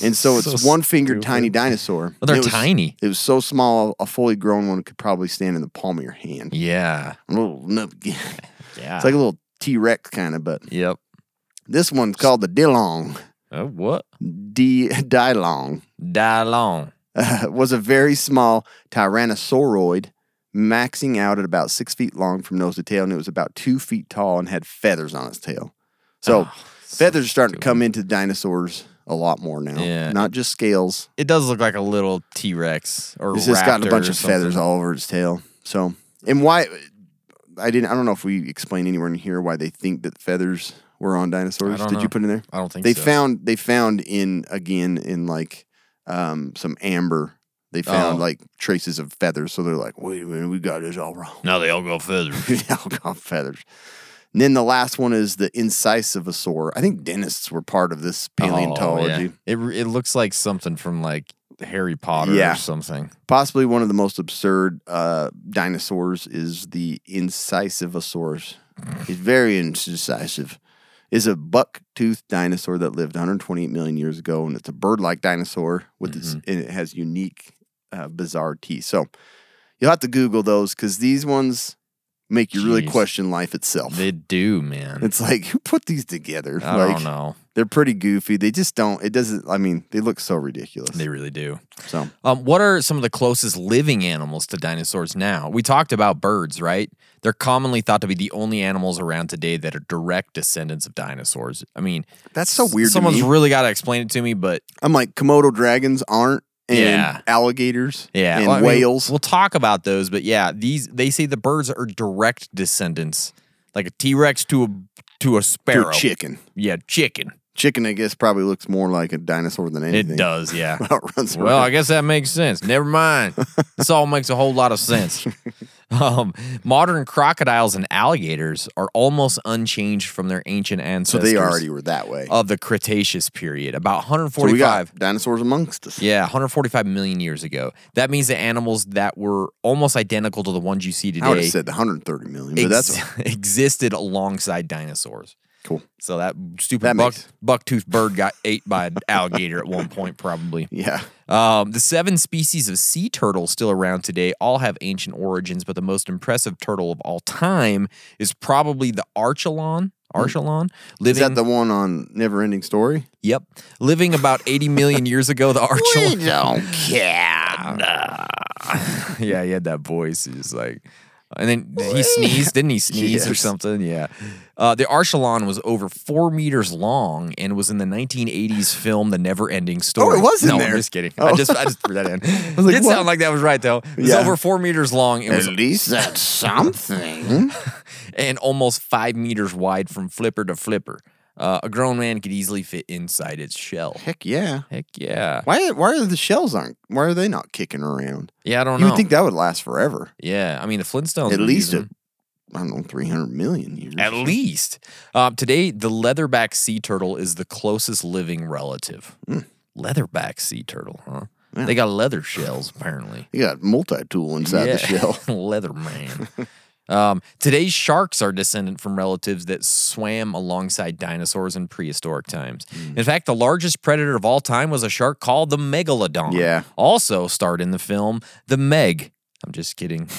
S4: And so
S5: *laughs*
S4: it's
S5: So
S4: one fingered
S5: stupid.
S4: tiny dinosaur.
S5: Well, they're
S4: It was-
S5: tiny.
S4: It was so small, a fully grown one could probably stand in the palm of your hand.
S5: Yeah.
S4: *laughs*
S5: Ah.
S4: A little nub.
S5: Yeah.
S4: It's like a little T Rex kind of, but
S5: yep.
S4: This one's called the Dilong.
S5: Uh, what?
S4: D *laughs* Dilong.
S5: Dalong.
S4: uh, was a very small tyrannosauroid, maxing out at about six feet long from nose to tail, and it was about two feet tall and had feathers on its tail. So
S5: Ah,
S4: feathers are starting to come into dinosaurs a lot more now,
S5: Yeah.
S4: not just scales.
S5: It does look like a little T Rex or
S4: It's just got
S5: raptor
S4: a bunch
S5: or
S4: of feathers
S5: something.
S4: all over its tail. So, and why? I didn't. I don't know if we explained anywhere in here why they think that feathers were on dinosaurs.
S5: don't
S4: Did
S5: know.
S4: you put in there?
S5: I don't think
S4: they
S5: so.
S4: found they found in again in like um some amber they found
S5: Oh.
S4: like traces of feathers so they're like wait a minute we got this all wrong *laughs*
S5: Now they all got feathers.
S4: we all got feathers and then the last one is the incisivosaur i think dentists were part of this paleontology
S5: Oh, yeah. It re- it looks like something from like Harry Potter
S4: Yeah.
S5: or something.
S4: possibly one of the most absurd uh dinosaurs is the incisivosaurus it's very incisive is a buck-toothed dinosaur that lived 128 million years ago, and it's a bird-like dinosaur with its,
S5: Mm-hmm.
S4: and it has unique, uh, bizarre teeth. So you'll have to Google those because these ones make you really
S5: Jeez.
S4: question life itself.
S5: They do, man.
S4: *laughs* it's like who put these together?
S5: I
S4: like
S5: don't know.
S4: they're pretty goofy. They just don't. It doesn't. I mean, they look so ridiculous.
S5: They really do.
S4: so
S5: Um, what are some of the closest living animals to dinosaurs now? We talked about birds, right? They're commonly thought to be the only animals around today that are direct descendants of dinosaurs. I mean,
S4: that's so weird. to
S5: Someone's
S4: me.
S5: really got to explain it to me, but
S4: I'm like Komodo dragons aren't, and
S5: Yeah.
S4: alligators,
S5: yeah,
S4: and
S5: Well, I mean,
S4: whales.
S5: we'll talk about those, but yeah, these they say the birds are direct descendants, like a T Rex to a to a
S4: to
S5: sparrow.
S4: a chicken.
S5: Yeah, chicken.
S4: Chicken, I guess, probably looks more like a dinosaur than anything.
S5: It
S4: *laughs*
S5: does, yeah.
S4: It
S5: *laughs*
S4: runs
S5: Well, I
S4: around.
S5: guess that makes sense. Never mind. this all makes a whole lot of
S4: *laughs*
S5: sense. Um, modern crocodiles and alligators are almost unchanged from their ancient
S4: so
S5: ancestors.
S4: they already were that way.
S5: of the Cretaceous period, about
S4: so we got
S5: 145.
S4: dinosaurs amongst us.
S5: yeah, 145 million years ago. That means the animals that were almost identical to the ones you see today
S4: I would have said 130 million, but
S5: ex- *laughs*
S4: that's
S5: existed alongside dinosaurs.
S4: cool.
S5: So that stupid
S4: That
S5: buck
S4: makes-
S5: bucktooth bird got ate by an alligator at one point, probably.
S4: *laughs* Yeah,
S5: Um, the seven species of sea turtles still around today all have ancient origins, but the most impressive turtle of all time is probably the Archelon. Archelon,
S4: Hmm. is
S5: living
S4: that the one on Never Ending Story?
S5: yep, living about eighty million years
S4: *laughs*
S5: ago. The Archelon,
S4: care.
S5: *laughs* yeah, he had that voice. He was like, and then he sneezed.
S4: *laughs*
S5: Didn't he sneeze or
S4: Yes.
S5: something? Yeah. Uh, the Archelon was over four meters long and was in the 1980s film The Never Ending Story.
S4: Oh, was in
S5: no,
S4: there.
S5: I'm just kidding. I
S4: Oh.
S5: just I just threw that
S4: *laughs*
S5: in.
S4: was like,
S5: Did
S4: what?
S5: sound like that was right though. It was
S4: Yeah.
S5: over four meters long and was
S4: least that's something.
S5: Hmm? and almost five meters wide from flipper to flipper. Uh, a grown man could easily fit inside its shell.
S4: Heck yeah.
S5: Heck yeah.
S4: Why? Why are the shells aren't? Why are they not kicking around?
S5: Yeah, I don't
S4: You
S5: know.
S4: would think that would last forever.
S5: yeah, I mean the Flintstones
S4: At
S5: would use
S4: least
S5: them.
S4: a, I don't know, 300 million years.
S5: At least. Um, today, the leatherback sea turtle is the closest living relative. Leatherback sea turtle, huh?
S4: Mm. Yeah.
S5: They got leather shells, apparently.
S4: You got multi tool inside the shell.
S5: *laughs*
S4: *laughs*
S5: leather man. um, today's sharks are descendant from relatives that swam alongside dinosaurs in prehistoric times.
S4: Mm.
S5: In fact, the largest predator of all time was a shark called the megalodon.
S4: Yeah.
S5: Also starred in the film The Meg. I'm just
S4: *laughs*
S5: kidding,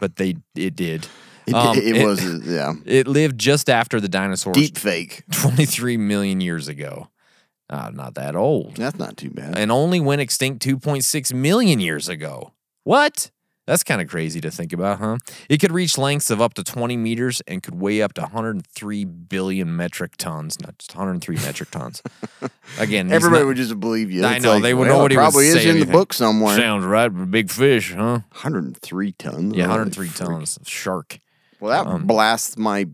S5: but they it did.
S4: It,
S5: Um,
S4: it, was, yeah.
S5: It lived just after the dinosaurs
S4: Deep fake.
S5: *laughs* 23 million years ago. Ah, not that old.
S4: That's not too bad.
S5: And only went extinct 2.6 million years ago. What? That's kind of crazy to think about, huh? It could reach lengths of up to 20 meters and could weigh up to 103 billion metric tons. Not just 103 metric
S4: *laughs*
S5: tons. Again, he's
S4: Everybody
S5: not-
S4: would just believe you.
S5: I
S4: It's
S5: know,
S4: like,
S5: they would
S4: well,
S5: nobody
S4: it
S5: would
S4: probably is
S5: say
S4: in
S5: anything.
S4: the book somewhere.
S5: sounds right, but big fish, huh?
S4: 103 tons.
S5: Yeah,
S4: Holy
S5: 103
S4: freak.
S5: tons Um, of shark.
S4: Well, that blasts my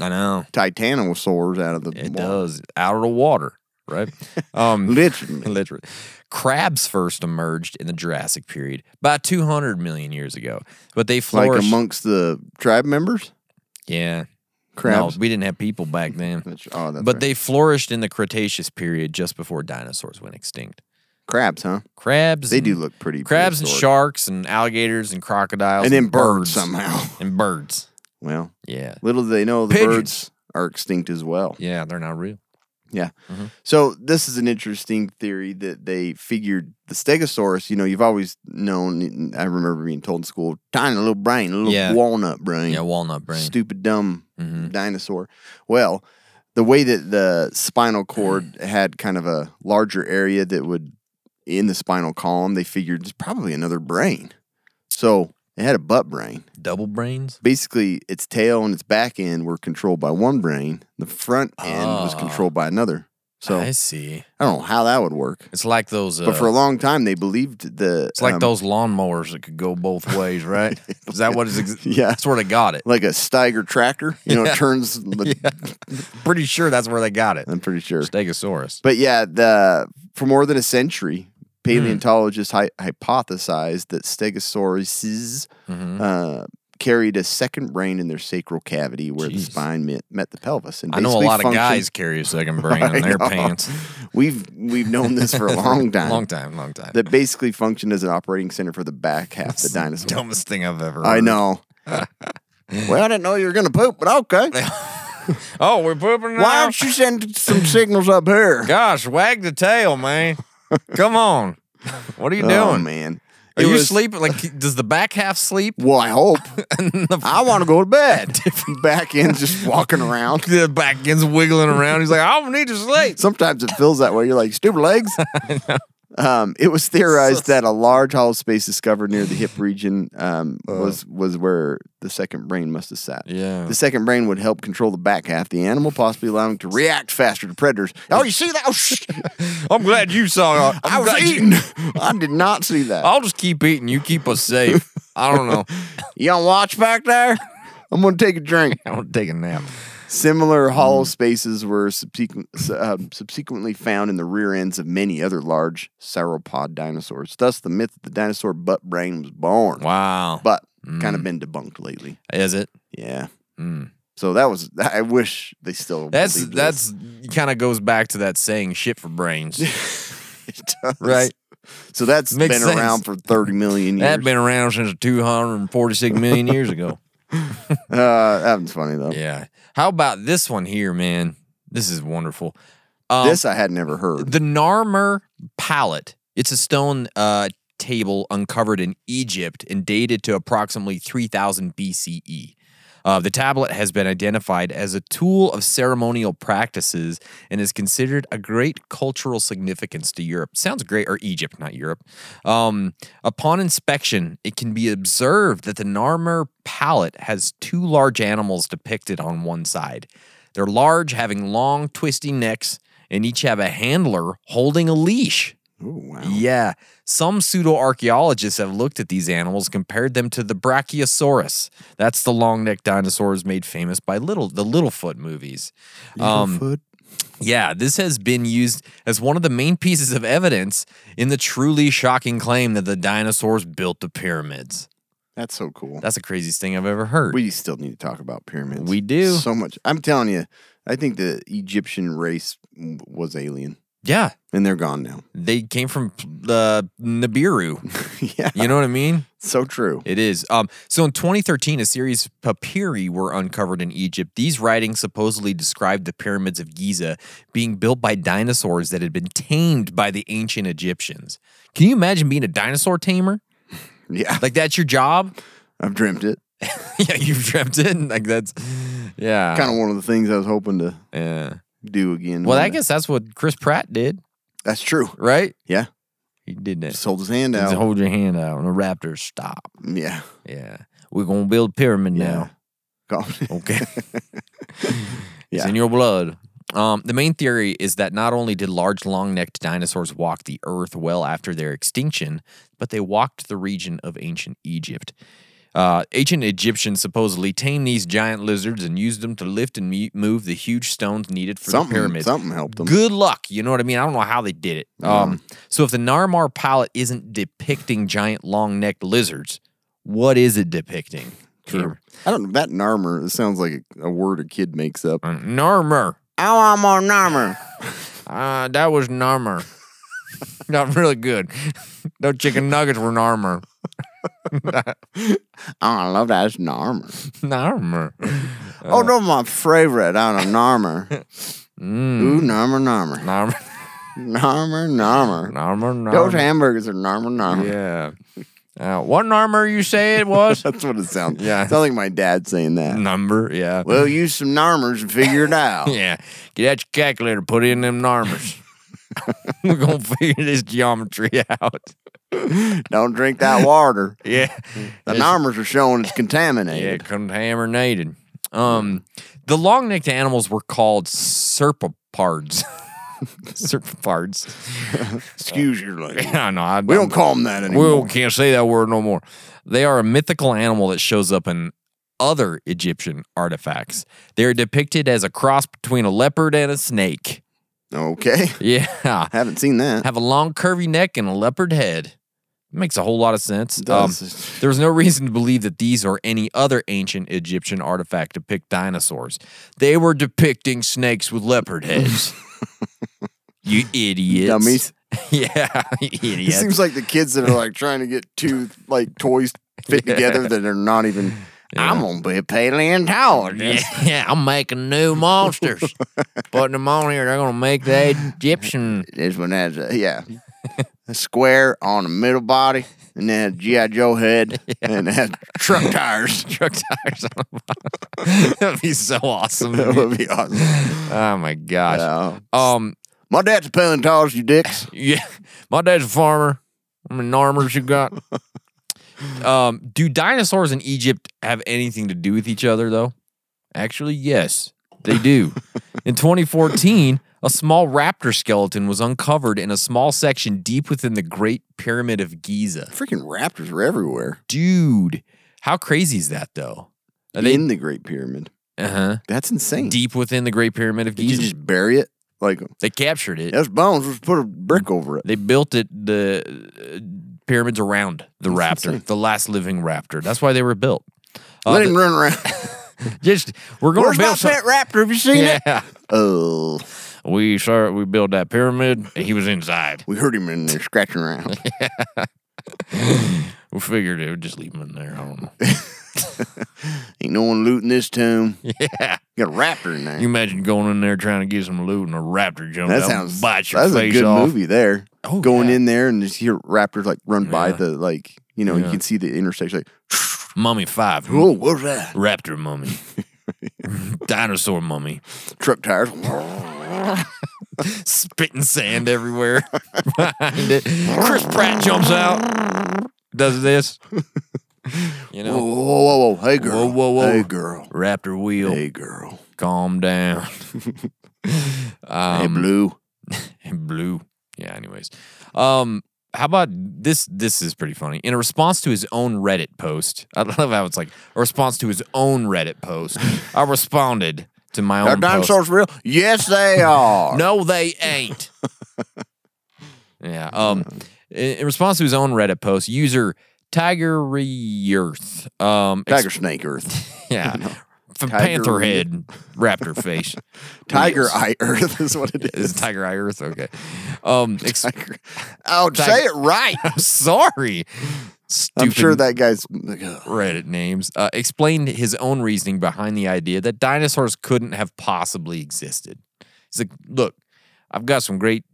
S5: I know
S4: titanosaurs out of the.
S5: it
S4: water.
S5: does out of the water,
S4: *laughs*
S5: right? Um, *laughs*
S4: Literally.
S5: Literally. Crabs first emerged in the Jurassic period about 200 million years ago, but they
S4: Like
S5: flourished.
S4: amongst the tribe members?
S5: yeah.
S4: Crabs.
S5: No, we didn't have people
S4: *laughs*
S5: back then.
S4: That's- oh, that's
S5: but
S4: right.
S5: they flourished in the Cretaceous period just before dinosaurs went extinct.
S4: Crabs, huh?
S5: Crabs.
S4: They do
S5: and-
S4: look pretty.
S5: Mm. Crabs and
S4: prehistoric.
S5: sharks and alligators and crocodiles.
S4: And then birds somehow. *laughs*
S5: And birds.
S4: Well,
S5: Yeah.
S4: little do they know the
S5: Pigeons.
S4: birds are extinct as well.
S5: Yeah, they're not real.
S4: Yeah. So this is an interesting theory that they figured the Stegosaurus. You know, you've always known. I remember being told in school, tiny little brain, little
S5: Yeah.
S4: walnut brain,
S5: Yeah, walnut brain.
S4: stupid dumb
S5: Mhm.
S4: dinosaur. Well, the way that the
S5: *clears throat*
S4: spinal cord had kind of a larger area that would in the spinal column, they figured it's probably another brain. So it had a butt brain.
S5: Double brains?
S4: Basically, its tail and its back end were controlled by one brain. The front end was
S5: Ah.
S4: controlled by another. So
S5: I
S4: I,
S5: see.
S4: don't know how that would work.
S5: It's like those. Uh,
S4: But for a long time, they believed the
S5: it's like
S4: um,
S5: those lawnmowers that could go both
S4: *laughs*
S5: ways, right? Is that what is? Ex-
S4: Yeah.
S5: that's where they got
S4: *laughs*
S5: it.
S4: like a Steiger tractor.
S5: *laughs*
S4: You know, it turns.
S5: Pretty sure that's where they got it.
S4: I'm pretty sure.
S5: Stegosaurus.
S4: But yeah, the for more than a century,
S5: Hmm.
S4: paleontologists hy- hypothesized that Stegosauruses
S5: Mhm.
S4: uh, carried a second brain in their sacral cavity, where the
S5: Jeez.
S4: spine met, met the pelvis. And
S5: I know a
S4: basically
S5: lot of
S4: functioned-
S5: guys carry a
S4: *laughs*
S5: second brain
S4: I
S5: in their
S4: know.
S5: pants.
S4: We've we've known this Oh,
S5: *laughs*
S4: for a long time.
S5: long time, long time.
S4: That basically functioned as an operating center for the back half
S5: *laughs*
S4: of the dinosaur.
S5: Dumbest thing I've ever.
S4: I
S5: heard. *laughs*
S4: know. well, I didn't know you were gonna poop, but okay.
S5: Oh, we're pooping now.
S4: Why don't you send some signals up here?
S5: *laughs* Gosh, wag the tail, man. Come on. What are you
S4: *laughs* oh
S5: doing?
S4: man,
S5: Are
S4: It
S5: you
S4: was-
S5: sleeping? Like, does the back half
S4: *laughs*
S5: sleep?
S4: Well,
S5: *laughs*
S4: I hope. I want to go to bed.
S5: Different-
S4: *laughs* Back
S5: *laughs*
S4: in, just walking around.
S5: The back end's wiggling around. He's like, I need to sleep.
S4: Sometimes it feels that way. You're like,
S5: *laughs*
S4: stupid legs. Um, it was theorized that a large hollow space discovered near the hip region um, was was where the second brain must have sat.
S5: Uh. Yeah.
S4: The second brain would help control the back half of the animal, possibly allowing it to react faster to predators. Oh, you see that? Oh, sh-
S5: *laughs* I'm glad you saw it.
S4: I
S5: I'm
S4: was
S5: glad you- Oh.
S4: eating. *laughs* I did not see
S5: *laughs*
S4: that.
S5: I'll just keep eating. You keep us safe. I don't
S4: *laughs*
S5: know.
S4: You on watch back there? *laughs* I'm going to take a drink.
S5: I don't take a nap.
S4: Similar hollow spaces were subsequent, s- uh, subsequently found in the rear ends of many other large sauropod dinosaurs. Thus, the myth that the dinosaur butt brain was born,
S5: Wow. Mm.
S4: but kind of been debunked lately.
S5: Is it?
S4: Yeah. So that was. *laughs* I wish they still.
S5: That's
S4: believed
S5: Mm. that's kind of goes back to that saying, "Shit for
S4: *laughs*
S5: brains."
S4: this. It does.
S5: Right.
S4: So that's
S5: Makes
S4: been
S5: sense.
S4: around for thirty million years.
S5: That been around since 246 million years
S4: *laughs*
S5: ago.
S4: uh, that was funny though.
S5: Yeah. How about this one here, man? This is wonderful. Um,
S4: This I had never heard.
S5: the Narmer palette. It's a stone uh, table uncovered in Egypt and dated to approximately 3000 BCE. Uh, the tablet has been identified as a tool of ceremonial practices and is considered a great cultural significance to Europe. Sounds great, or Egypt, not Europe. Um, upon inspection, it can be observed that the Narmer palette has two large animals depicted on one side. They're large, having long, twisty necks, and each have a handler holding a leash.
S4: oh wow.
S5: Yeah. Some pseudo archaeologists have looked at these animals, compared them to the Brachiosaurus. That's the long necked dinosaurs made famous by little the Littlefoot movies. Um,
S4: Littlefoot.
S5: yeah, this has been used as one of the main pieces of evidence in the truly shocking claim that the dinosaurs built the pyramids.
S4: That's so cool.
S5: That's the craziest thing I've ever heard.
S4: We still need to talk about pyramids.
S5: We do.
S4: So much. I'm telling you, I think the Egyptian race w- was alien
S5: yeah,
S4: and they're gone now. *laughs*
S5: they came from the Nibiru.
S4: yeah.
S5: You know what I mean?
S4: So true.
S5: It is. Um, so in 2013, a series of papyri were uncovered in Egypt. These writings supposedly described the pyramids of Giza being built by dinosaurs that had been tamed by the ancient Egyptians. Can you imagine being a dinosaur tamer?
S4: Yeah.
S5: Like that's your job? *laughs*
S4: I've dreamt it.
S5: yeah, you've dreamt it. Like that's yeah.
S4: Kind of one of the things I was hoping to
S5: yeah.
S4: do again.
S5: Well,
S4: one
S5: I
S4: day.
S5: guess that's what Chris Pratt did,
S4: that's true.
S5: right?
S4: Yeah.
S5: He did that.
S4: Just hold his hand
S5: He said,
S4: out.
S5: hold your hand out and the raptors stop.
S4: yeah.
S5: Yeah. We're gonna build pyramid now.
S4: Go-
S5: *laughs*
S4: *laughs*
S5: Okay. It's
S4: Yeah.
S5: in your blood. Um, the main theory is that not only did large, long necked dinosaurs walk the earth well after their extinction, but they walked the region of ancient Egypt. Uh, ancient Egyptians supposedly tamed these giant lizards and used them to lift and me- move the huge stones needed for the
S4: something,
S5: pyramids.
S4: something helped them.
S5: Good luck. You know what I mean? I don't know how they did it. Um, so, if the Narmar palette isn't depicting giant, long necked lizards, what is it depicting?
S4: True. I don't know. That narmer, it sounds like a, a word a kid
S5: *laughs*
S4: makes up.
S5: Uh, Narmer.
S4: I want more narmer.
S5: Uh, that was an *laughs* armor. Not really good. No chicken nuggets were an armor.
S4: Oh, I love that. It's narmer.
S5: An armor.
S4: oh, no, my favorite. I don't
S5: *laughs*
S4: know. Narmer.
S5: Mm.
S4: Ooh, narmer, narmer.
S5: An armor.
S4: Narmer, narmer.
S5: An armor. an
S4: Those
S5: armor.
S4: hamburgers are narmer, narmer.
S5: Yeah. Uh, what number you say it was?
S4: *laughs* That's what it sounds.
S5: Yeah.
S4: It sounds like my dad saying
S5: *laughs*
S4: that.
S5: number, yeah.
S4: Well, use some normers and figure
S5: *laughs*
S4: it out.
S5: Yeah. Get out your calculator, put in them *laughs* numbers. We're gonna figure this geometry out.
S4: Don't drink that water.
S5: *laughs* Yeah.
S4: The
S5: It's-
S4: normers are showing it's
S5: Yeah,
S4: contaminated.
S5: contaminated. Um, the long necked animals were called *laughs* serpopards. serpopards.
S4: Excuse
S5: *laughs*
S4: your language.
S5: I know. I,
S4: We don't call them that
S5: We
S4: anymore.
S5: don't, can't say that word no more. They are a mythical animal that shows up in other Egyptian artifacts. They are depicted as a cross between a leopard and a snake. *laughs*
S4: Okay. *laughs*
S5: Yeah.
S4: Haven't seen that.
S5: have a long curvy neck and a leopard head. Makes a whole lot of sense.
S4: does.
S5: there was no reason to believe that these or any other ancient Egyptian artifact depict dinosaurs. They were depicting snakes with leopard
S4: *laughs*
S5: heads. you idiots. *laughs*
S4: Dummies.
S5: yeah, you
S4: It
S5: idiots.
S4: seems like the kids that are like trying to get two like
S5: *laughs*
S4: toys fit together that are not even. I'm gonna be a paleontologist.
S5: yeah, *laughs* yeah, I'm making new monsters.
S4: *laughs*
S5: Putting them on here, they're going to make the
S4: *laughs*
S5: Egyptian.
S4: This one has
S5: *laughs*
S4: a yeah, a square on the middle body, and then a GI
S5: *laughs*
S4: Joe head, and it has truck tires.
S5: Truck tires on the bottom. *laughs* that would be so
S4: That
S5: awesome.
S4: would be awesome.
S5: Oh my gosh.
S4: Yeah.
S5: Um,
S4: my dad's a paleontologist, you dicks.
S5: Yeah, *laughs* my dad's a farmer. How many armors you
S4: *laughs*
S5: got? um, do dinosaurs in Egypt have anything to do with each other, though? Actually, yes, they do. in 2014, a small raptor skeleton was uncovered in a small section deep within the Great Pyramid of Giza.
S4: Freaking raptors were everywhere
S5: Dude, how crazy is that, though? Are they,
S4: in the Great Pyramid.
S5: uh huh.
S4: That's insane.
S5: Deep within the Great Pyramid of
S4: Did you
S5: Giza,
S4: just bury it? Like
S5: they captured it.
S4: those bones, just put a brick over it.
S5: They built it the uh, pyramids around the
S4: That's
S5: raptor,
S4: insane.
S5: the last living raptor. That's why they were built. *laughs* Uh,
S4: Let
S5: the-
S4: him run
S5: *laughs*
S4: around.
S5: just we're going
S4: Where's
S5: to
S4: my
S5: build some-
S4: pet raptor? Have you seen it?
S5: *laughs*
S4: *laughs*
S5: Yeah,
S4: Oh,
S5: we saw we built that pyramid, and he was inside.
S4: we heard him in there scratching
S5: *laughs*
S4: around.
S5: We figured it would just leave him in there. I don't know.
S4: Ain't no one looting this tomb.
S5: *laughs* Yeah,
S4: Got a raptor in there.
S5: you imagine going in there trying to get some loot, and a raptor jumps
S4: that
S5: out
S4: sounds.
S5: and bites your
S4: that's
S5: face
S4: a good
S5: off.
S4: movie there.
S5: Oh,
S4: Going
S5: yeah.
S4: in there and just hear raptors like run by
S5: Yeah.
S4: the like you know
S5: Yeah. Mm.
S4: you can see the intersection like
S5: Mummy five,
S4: oh what's that
S5: raptor
S4: *laughs*
S5: mummy, *laughs* dinosaur mummy,
S4: truck tires
S5: spitting sand everywhere *laughs* behind it. Chris Pratt jumps out, does
S4: *laughs*
S5: this. You
S4: whoa,
S5: know,
S4: whoa whoa whoa hey girl
S5: Whoa, whoa, whoa.
S4: hey girl
S5: Raptor wheel,
S4: hey girl
S5: calm down.
S4: *laughs* hey
S5: um,
S4: blue
S5: and blue. Yeah, anyways. Um how about this this is pretty funny. In a response to his own Reddit post. *laughs* I love how it's like a response to his own Reddit
S4: *laughs*
S5: post. I responded to my
S4: are
S5: own post.
S4: dinosaurs real
S5: *laughs*
S4: yes they are
S5: No, they ain't. *laughs* yeah. Um in, in response to his own Reddit post, user Tiger Earth. Um ex-
S4: tiger snake earth
S5: *laughs*
S4: *laughs*
S5: yeah. F-
S4: Tiger
S5: Panther
S4: Re-
S5: head,
S4: *laughs*
S5: raptor face.
S4: tiger
S5: Yes.
S4: eye earth is what it
S5: Is
S4: is
S5: it Tiger Eye Earth? Okay. Um, ex-
S4: tiger oh
S5: Tiger-
S4: *laughs* say it right
S5: *laughs* I'm sorry.
S4: I'm
S5: Stupid
S4: sure that guy's like, ugh.
S5: Reddit names uh, explained his own reasoning behind the idea that dinosaurs couldn't have possibly existed. He's like, look, I've got some great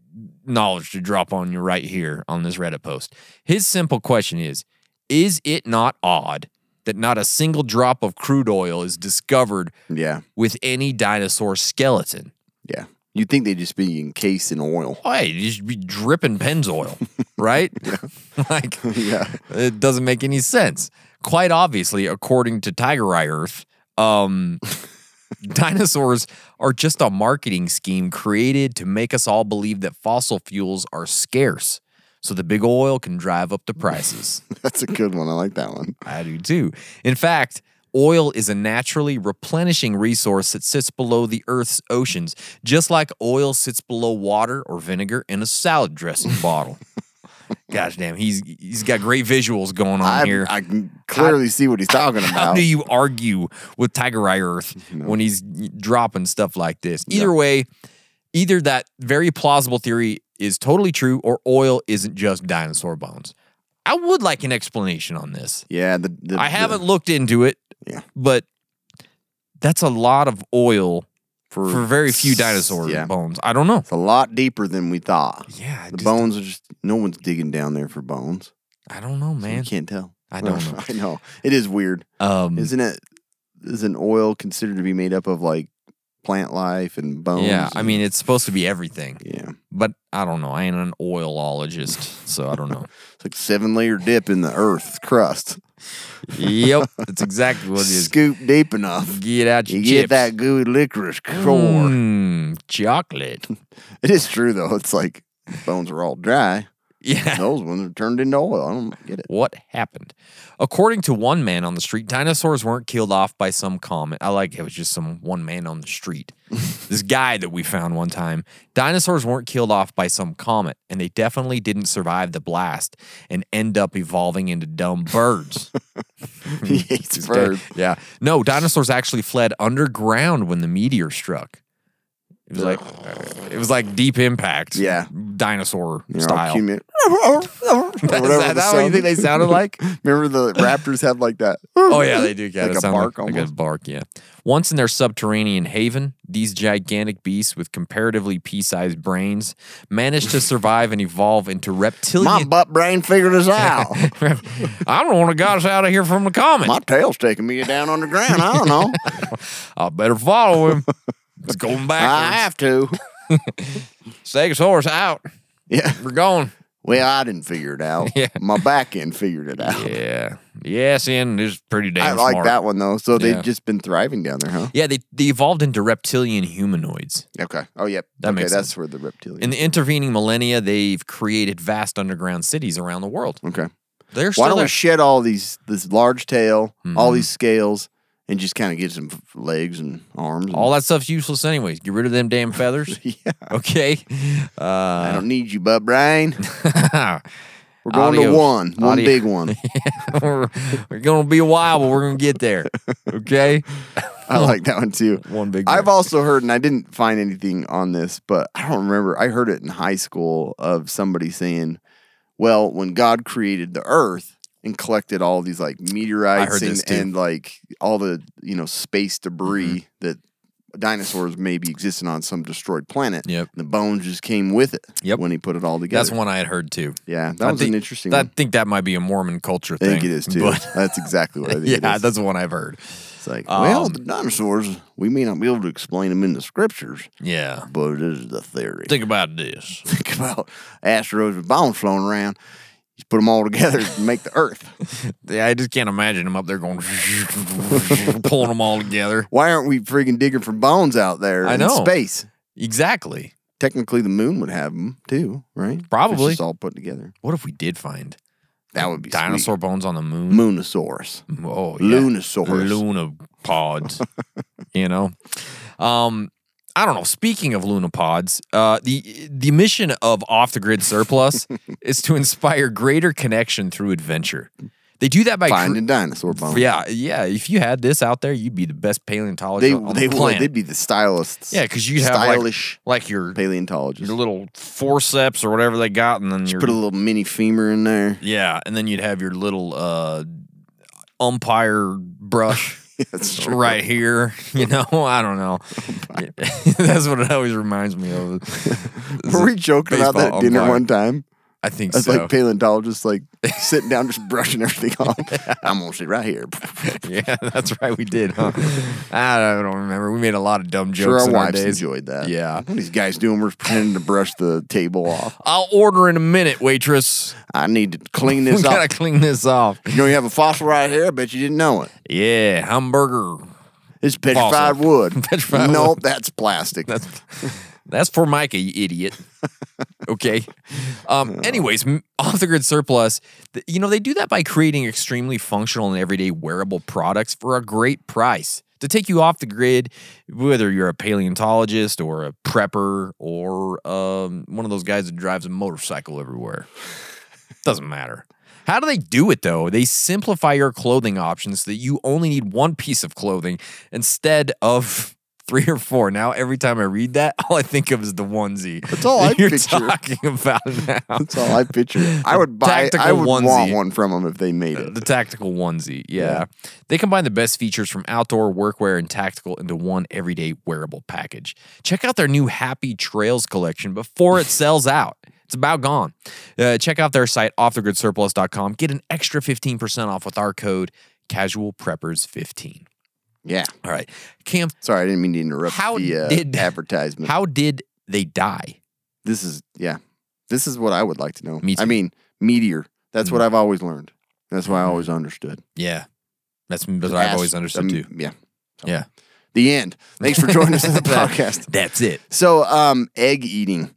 S5: knowledge to drop on you right here on this Reddit post. His simple question is Is it not odd that not a single drop of crude oil is discovered
S4: yeah
S5: with any dinosaur skeleton?
S4: yeah you'd think they'd just be encased in oil *laughs*
S5: Oh, hey, you should be dripping Pennzoil, right? *laughs* like,
S4: yeah
S5: It doesn't make any sense. Quite obviously, according to Tiger Eye Earth,
S4: *laughs*
S5: um, dinosaurs are just a marketing scheme created to make us all believe that fossil fuels are scarce so the big oil can drive up the prices.
S4: that's a good one I like that one
S5: I do too. In fact, oil is a naturally replenishing resource that sits below the Earth's oceans, just like oil sits below water or vinegar in a salad dressing bottle. Gosh damn, he's he's got great visuals going on
S4: I,
S5: here.
S4: I can clearly see what
S5: *laughs*
S4: he's talking
S5: How
S4: about
S5: do you argue with Tiger Eye Earth when he's dropping stuff like this? Either way, either that very plausible theory is totally true, or oil isn't just dinosaur bones. I would like an explanation on this.
S4: yeah the, the
S5: I
S4: the-
S5: haven't looked into it.
S4: Yeah.
S5: But that's a lot of oil for, very few
S4: s-
S5: dinosaur
S4: yeah.
S5: bones. I don't know.
S4: It's a lot deeper than we thought.
S5: Yeah. I
S4: The
S5: just-
S4: bones are just no one's digging down there for bones.
S5: I don't know,
S4: So
S5: man.
S4: you can't tell.
S5: I
S4: *laughs*
S5: don't know.
S4: I know. It is weird.
S5: Um,
S4: Isn't it? Is an oil considered to be made up of like plant life and bones?
S5: yeah, I
S4: and-
S5: mean, it's supposed to be everything,
S4: yeah.
S5: but I don't know. I ain't an oilologist, so I don't
S4: *laughs*
S5: know.
S4: It's like seven layer dip in the earth crust.
S5: yep, that's exactly what it is.
S4: Scoop deep enough.
S5: Get out your
S4: You
S5: chips.
S4: get that gooey licorice core.
S5: Mm,
S4: *laughs*
S5: chocolate.
S4: It is true though. It's like bones are all dry.
S5: *laughs* Yeah.
S4: Those ones are turned into oil. I
S5: *laughs*
S4: don't get it.
S5: What happened? According to one man on the street, dinosaurs weren't killed off by some comet. I like it was just some one man on the
S4: *laughs*
S5: street. this guy that we found one time. Dinosaurs weren't killed off by some comet, and they definitely didn't survive the blast and end up evolving into dumb
S4: *laughs*
S5: birds.
S4: he hates
S5: Just
S4: birds.
S5: dead. Yeah. No, dinosaurs actually fled underground when the meteor struck. It was like it was like deep impact.
S4: Yeah.
S5: Dinosaur
S4: They're all
S5: style. *laughs*
S4: cumin-
S5: Is that,
S4: whatever the
S5: that what you
S4: sound-
S5: think they sounded like?
S4: *laughs*
S5: *laughs*
S4: Remember the Raptors have like that.
S5: Oh yeah, they do. Yeah,
S4: Like
S5: they
S4: a
S5: sound
S4: bark
S5: like, like a
S4: almost.
S5: bark. Yeah. Once in their subterranean haven, these gigantic beasts with comparatively pea-sized brains managed to survive and evolve into
S4: My
S5: reptilian.
S4: butt brain
S5: *laughs*
S4: figured us out.
S5: I'm the one who got us out of here from the comet.
S4: My tail's taking me down underground. I
S5: *laughs*
S4: don't know.
S5: I better follow
S4: *laughs*
S5: him. It's going
S4: I
S5: backwards. *laughs*
S4: have to.
S5: Stegosaurus out.
S4: Yeah.
S5: We're going.
S4: Well, I didn't figure it out.
S5: Yeah.
S4: My back end figured it out.
S5: Yeah. Yes, and is pretty damn
S4: *laughs* I like
S5: smart.
S4: that one though. So they've
S5: Yeah.
S4: just been thriving down there, huh?
S5: Yeah, they, they evolved into reptilian humanoids.
S4: Okay. Oh, yep.
S5: That
S4: okay,
S5: makes
S4: that's
S5: sense.
S4: where the reptilian.
S5: In the intervening millennia, they've created vast underground cities around the world.
S4: okay.
S5: They're
S4: Why
S5: still
S4: don't
S5: there. Hmm.
S4: we shed all these this large tail, all these scales, and just kind of get some legs and arms? And,
S5: All that stuff's useless anyways. Get rid of them damn feathers.
S4: *laughs* yeah.
S5: Okay.
S4: I
S5: Uh, *laughs*
S4: don't need you, bub brain. We're going to
S5: Adios.
S4: one, one
S5: Adios. *laughs*
S4: big one.
S5: we're we're going to be a while, but we're going to get
S4: *laughs*
S5: there. Okay.
S4: I like that one too.
S5: One big
S4: I've
S5: one.
S4: also heard, and I didn't find anything on this, but I don't remember. I heard it in high school of somebody saying, "Well, when God created the Earth and collected all these like meteorites
S5: heard
S4: and,
S5: this, too. Mm-hmm.
S4: and, like all the you know space debris that dinosaurs may be existing on some destroyed planet,
S5: Yep.
S4: the bones just came with it
S5: Yep.
S4: when he put it all together."
S5: That's one I had heard too.
S4: Yeah, that
S5: I
S4: was
S5: think-
S4: an interesting.
S5: I
S4: one.
S5: think that might be a Mormon culture
S4: *laughs* I
S5: thing.
S4: think it is
S5: *laughs*
S4: too.
S5: but-
S4: That's exactly what I think.
S5: yeah,
S4: it is.
S5: that's the one I've heard.
S4: it's like, well,
S5: um,
S4: the dinosaurs. We may not be able to explain them in the scriptures,
S5: Yeah.
S4: but it is the theory.
S5: Think about this.
S4: *laughs* think about asteroids with bones floating around. You put them all together and make the
S5: *laughs*
S4: Earth.
S5: Yeah, I just can't imagine them up there going, *laughs* pulling them all together.
S4: Why aren't we freaking digging for bones out there
S5: I
S4: in
S5: know.
S4: space?
S5: Exactly.
S4: Technically, the moon would have them too, right? If it's
S5: Probably.
S4: just all put together.
S5: What if we did find
S4: That would be sweet.
S5: dinosaur bones on the moon?
S4: Moonosaurus,
S5: Oh, yeah.
S4: Lunosaurus.
S5: Lunopods. you know? Um, I don't know. Speaking of lunopods, uh, the the mission of Off the Grid
S4: *laughs*
S5: Surplus is to inspire greater connection through adventure. They do that by cre-
S4: finding dinosaur bones.
S5: Yeah, yeah. If you had this out there, you'd be the best paleontologist
S4: they
S5: on
S4: they
S5: the
S4: would.
S5: planet.
S4: They'd be the stylists.
S5: yeah, because you'd have like,
S4: stylish
S5: like your
S4: paleontologists.
S5: your little forceps or whatever they got, and then your
S4: Put a little mini femur in there. *laughs*
S5: yeah, and then you'd have your little uh, umpire
S4: *laughs*
S5: brush
S4: That's true.
S5: right here. *laughs* You know, I don't
S4: *laughs*
S5: know. *laughs* That's what it always reminds me of.
S4: Were we joking about that
S5: Baseball
S4: at dinner
S5: umpire.
S4: one time?
S5: I think
S4: That's
S5: so.
S4: like paleontologists, like sitting down, just brushing everything off. I'm gonna sit right here.
S5: *laughs*
S4: *laughs*
S5: yeah, that's right. We did. Huh? I don't- I don't remember. We made a lot of dumb jokes.
S4: Sure, our
S5: in our
S4: wives
S5: days.
S4: enjoyed that.
S5: Yeah.
S4: What are these guys doing? We're pretending to brush the table off.
S5: I'll order in a minute, waitress.
S4: I need to clean
S5: we
S4: *laughs*
S5: *laughs*
S4: this
S5: gotta
S4: up.
S5: clean this off.
S4: You know, you have a fossil right here. I bet you didn't know it.
S5: Yeah, hamburger.
S4: It's petrified
S5: Fossil. *laughs*
S4: wood.
S5: Petrified
S4: nope,
S5: wood.
S4: that's plastic.
S5: That's that's for Micah, you
S4: *laughs*
S5: idiot. Okay. Um, anyways, m- *laughs* off the grid surplus, th- you know, they do that by creating extremely functional and everyday wearable products for a great price to take you off the grid, whether you're a paleontologist or a prepper or um, one of those guys that drives a motorcycle
S4: *laughs*
S5: everywhere. Doesn't matter. How do they do it though? They simplify your clothing options so that you only need one piece of clothing instead of *laughs* three or four. Now, every time I read that, *laughs* all I think of is the onesie.
S4: That's all I
S5: that *laughs* you're
S4: picture.
S5: talking about now.
S4: *laughs* That's all I picture. I would buy. I
S5: Tactical
S4: would
S5: onesie. Uh,
S4: want one from them if they made it.
S5: The tactical onesie, yeah. They combine the best features from outdoor workwear and tactical into one
S4: *laughs*
S5: everyday wearable package. Check out their new Happy Trails collection before it sells out. It's about gone. Uh, check out their site, offthegridsurplus.com. Get an extra 15% off with our code casualpreppers15.
S4: Yeah.
S5: All right. Cam,
S4: Sorry, I didn't mean to interrupt
S5: How
S4: the uh,
S5: did-
S4: advertisement.
S5: how did they die?
S4: this is yeah. This is what I would like to know.
S5: Me
S4: I
S5: too. Mm-hmm.
S4: mean, meteor. That's what I've always learned. That's what I always understood.
S5: Yeah. That's Mm-hmm. that's what I've
S4: Ask-
S5: always understood
S4: um,
S5: too.
S4: Yeah.
S5: Yeah.
S4: The end. Thanks for joining
S5: *laughs*
S4: us on the podcast.
S5: That's it.
S4: So, um, egg eating.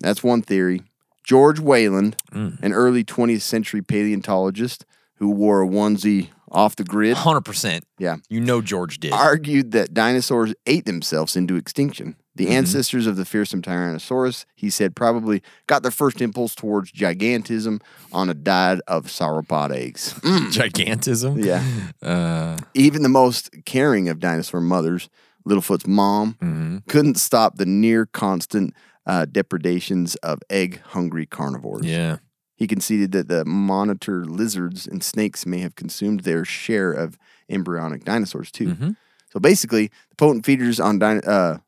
S4: That's one theory. George Wayland,
S5: Mm.
S4: an early 20th century paleontologist who wore a onesie off the grid,
S5: 100%.
S4: Yeah.
S5: You know George did.
S4: argued that dinosaurs ate themselves into extinction. The ancestors of the fearsome Tyrannosaurus, he said, probably got their first impulse towards gigantism on a diet of sauropod eggs. Mm.
S5: *laughs* Gigantism.
S4: Yeah.
S5: Uh,
S4: Even the most caring of dinosaur mothers, Littlefoot's mom,
S5: mhm.
S4: couldn't stop the near constant uh, depredations of egg hungry carnivores.
S5: Yeah.
S4: He conceded that the monitor lizards and snakes may have consumed their share of embryonic dinosaurs too.
S5: Mhm.
S4: So basically, the potent feeders on din- uh,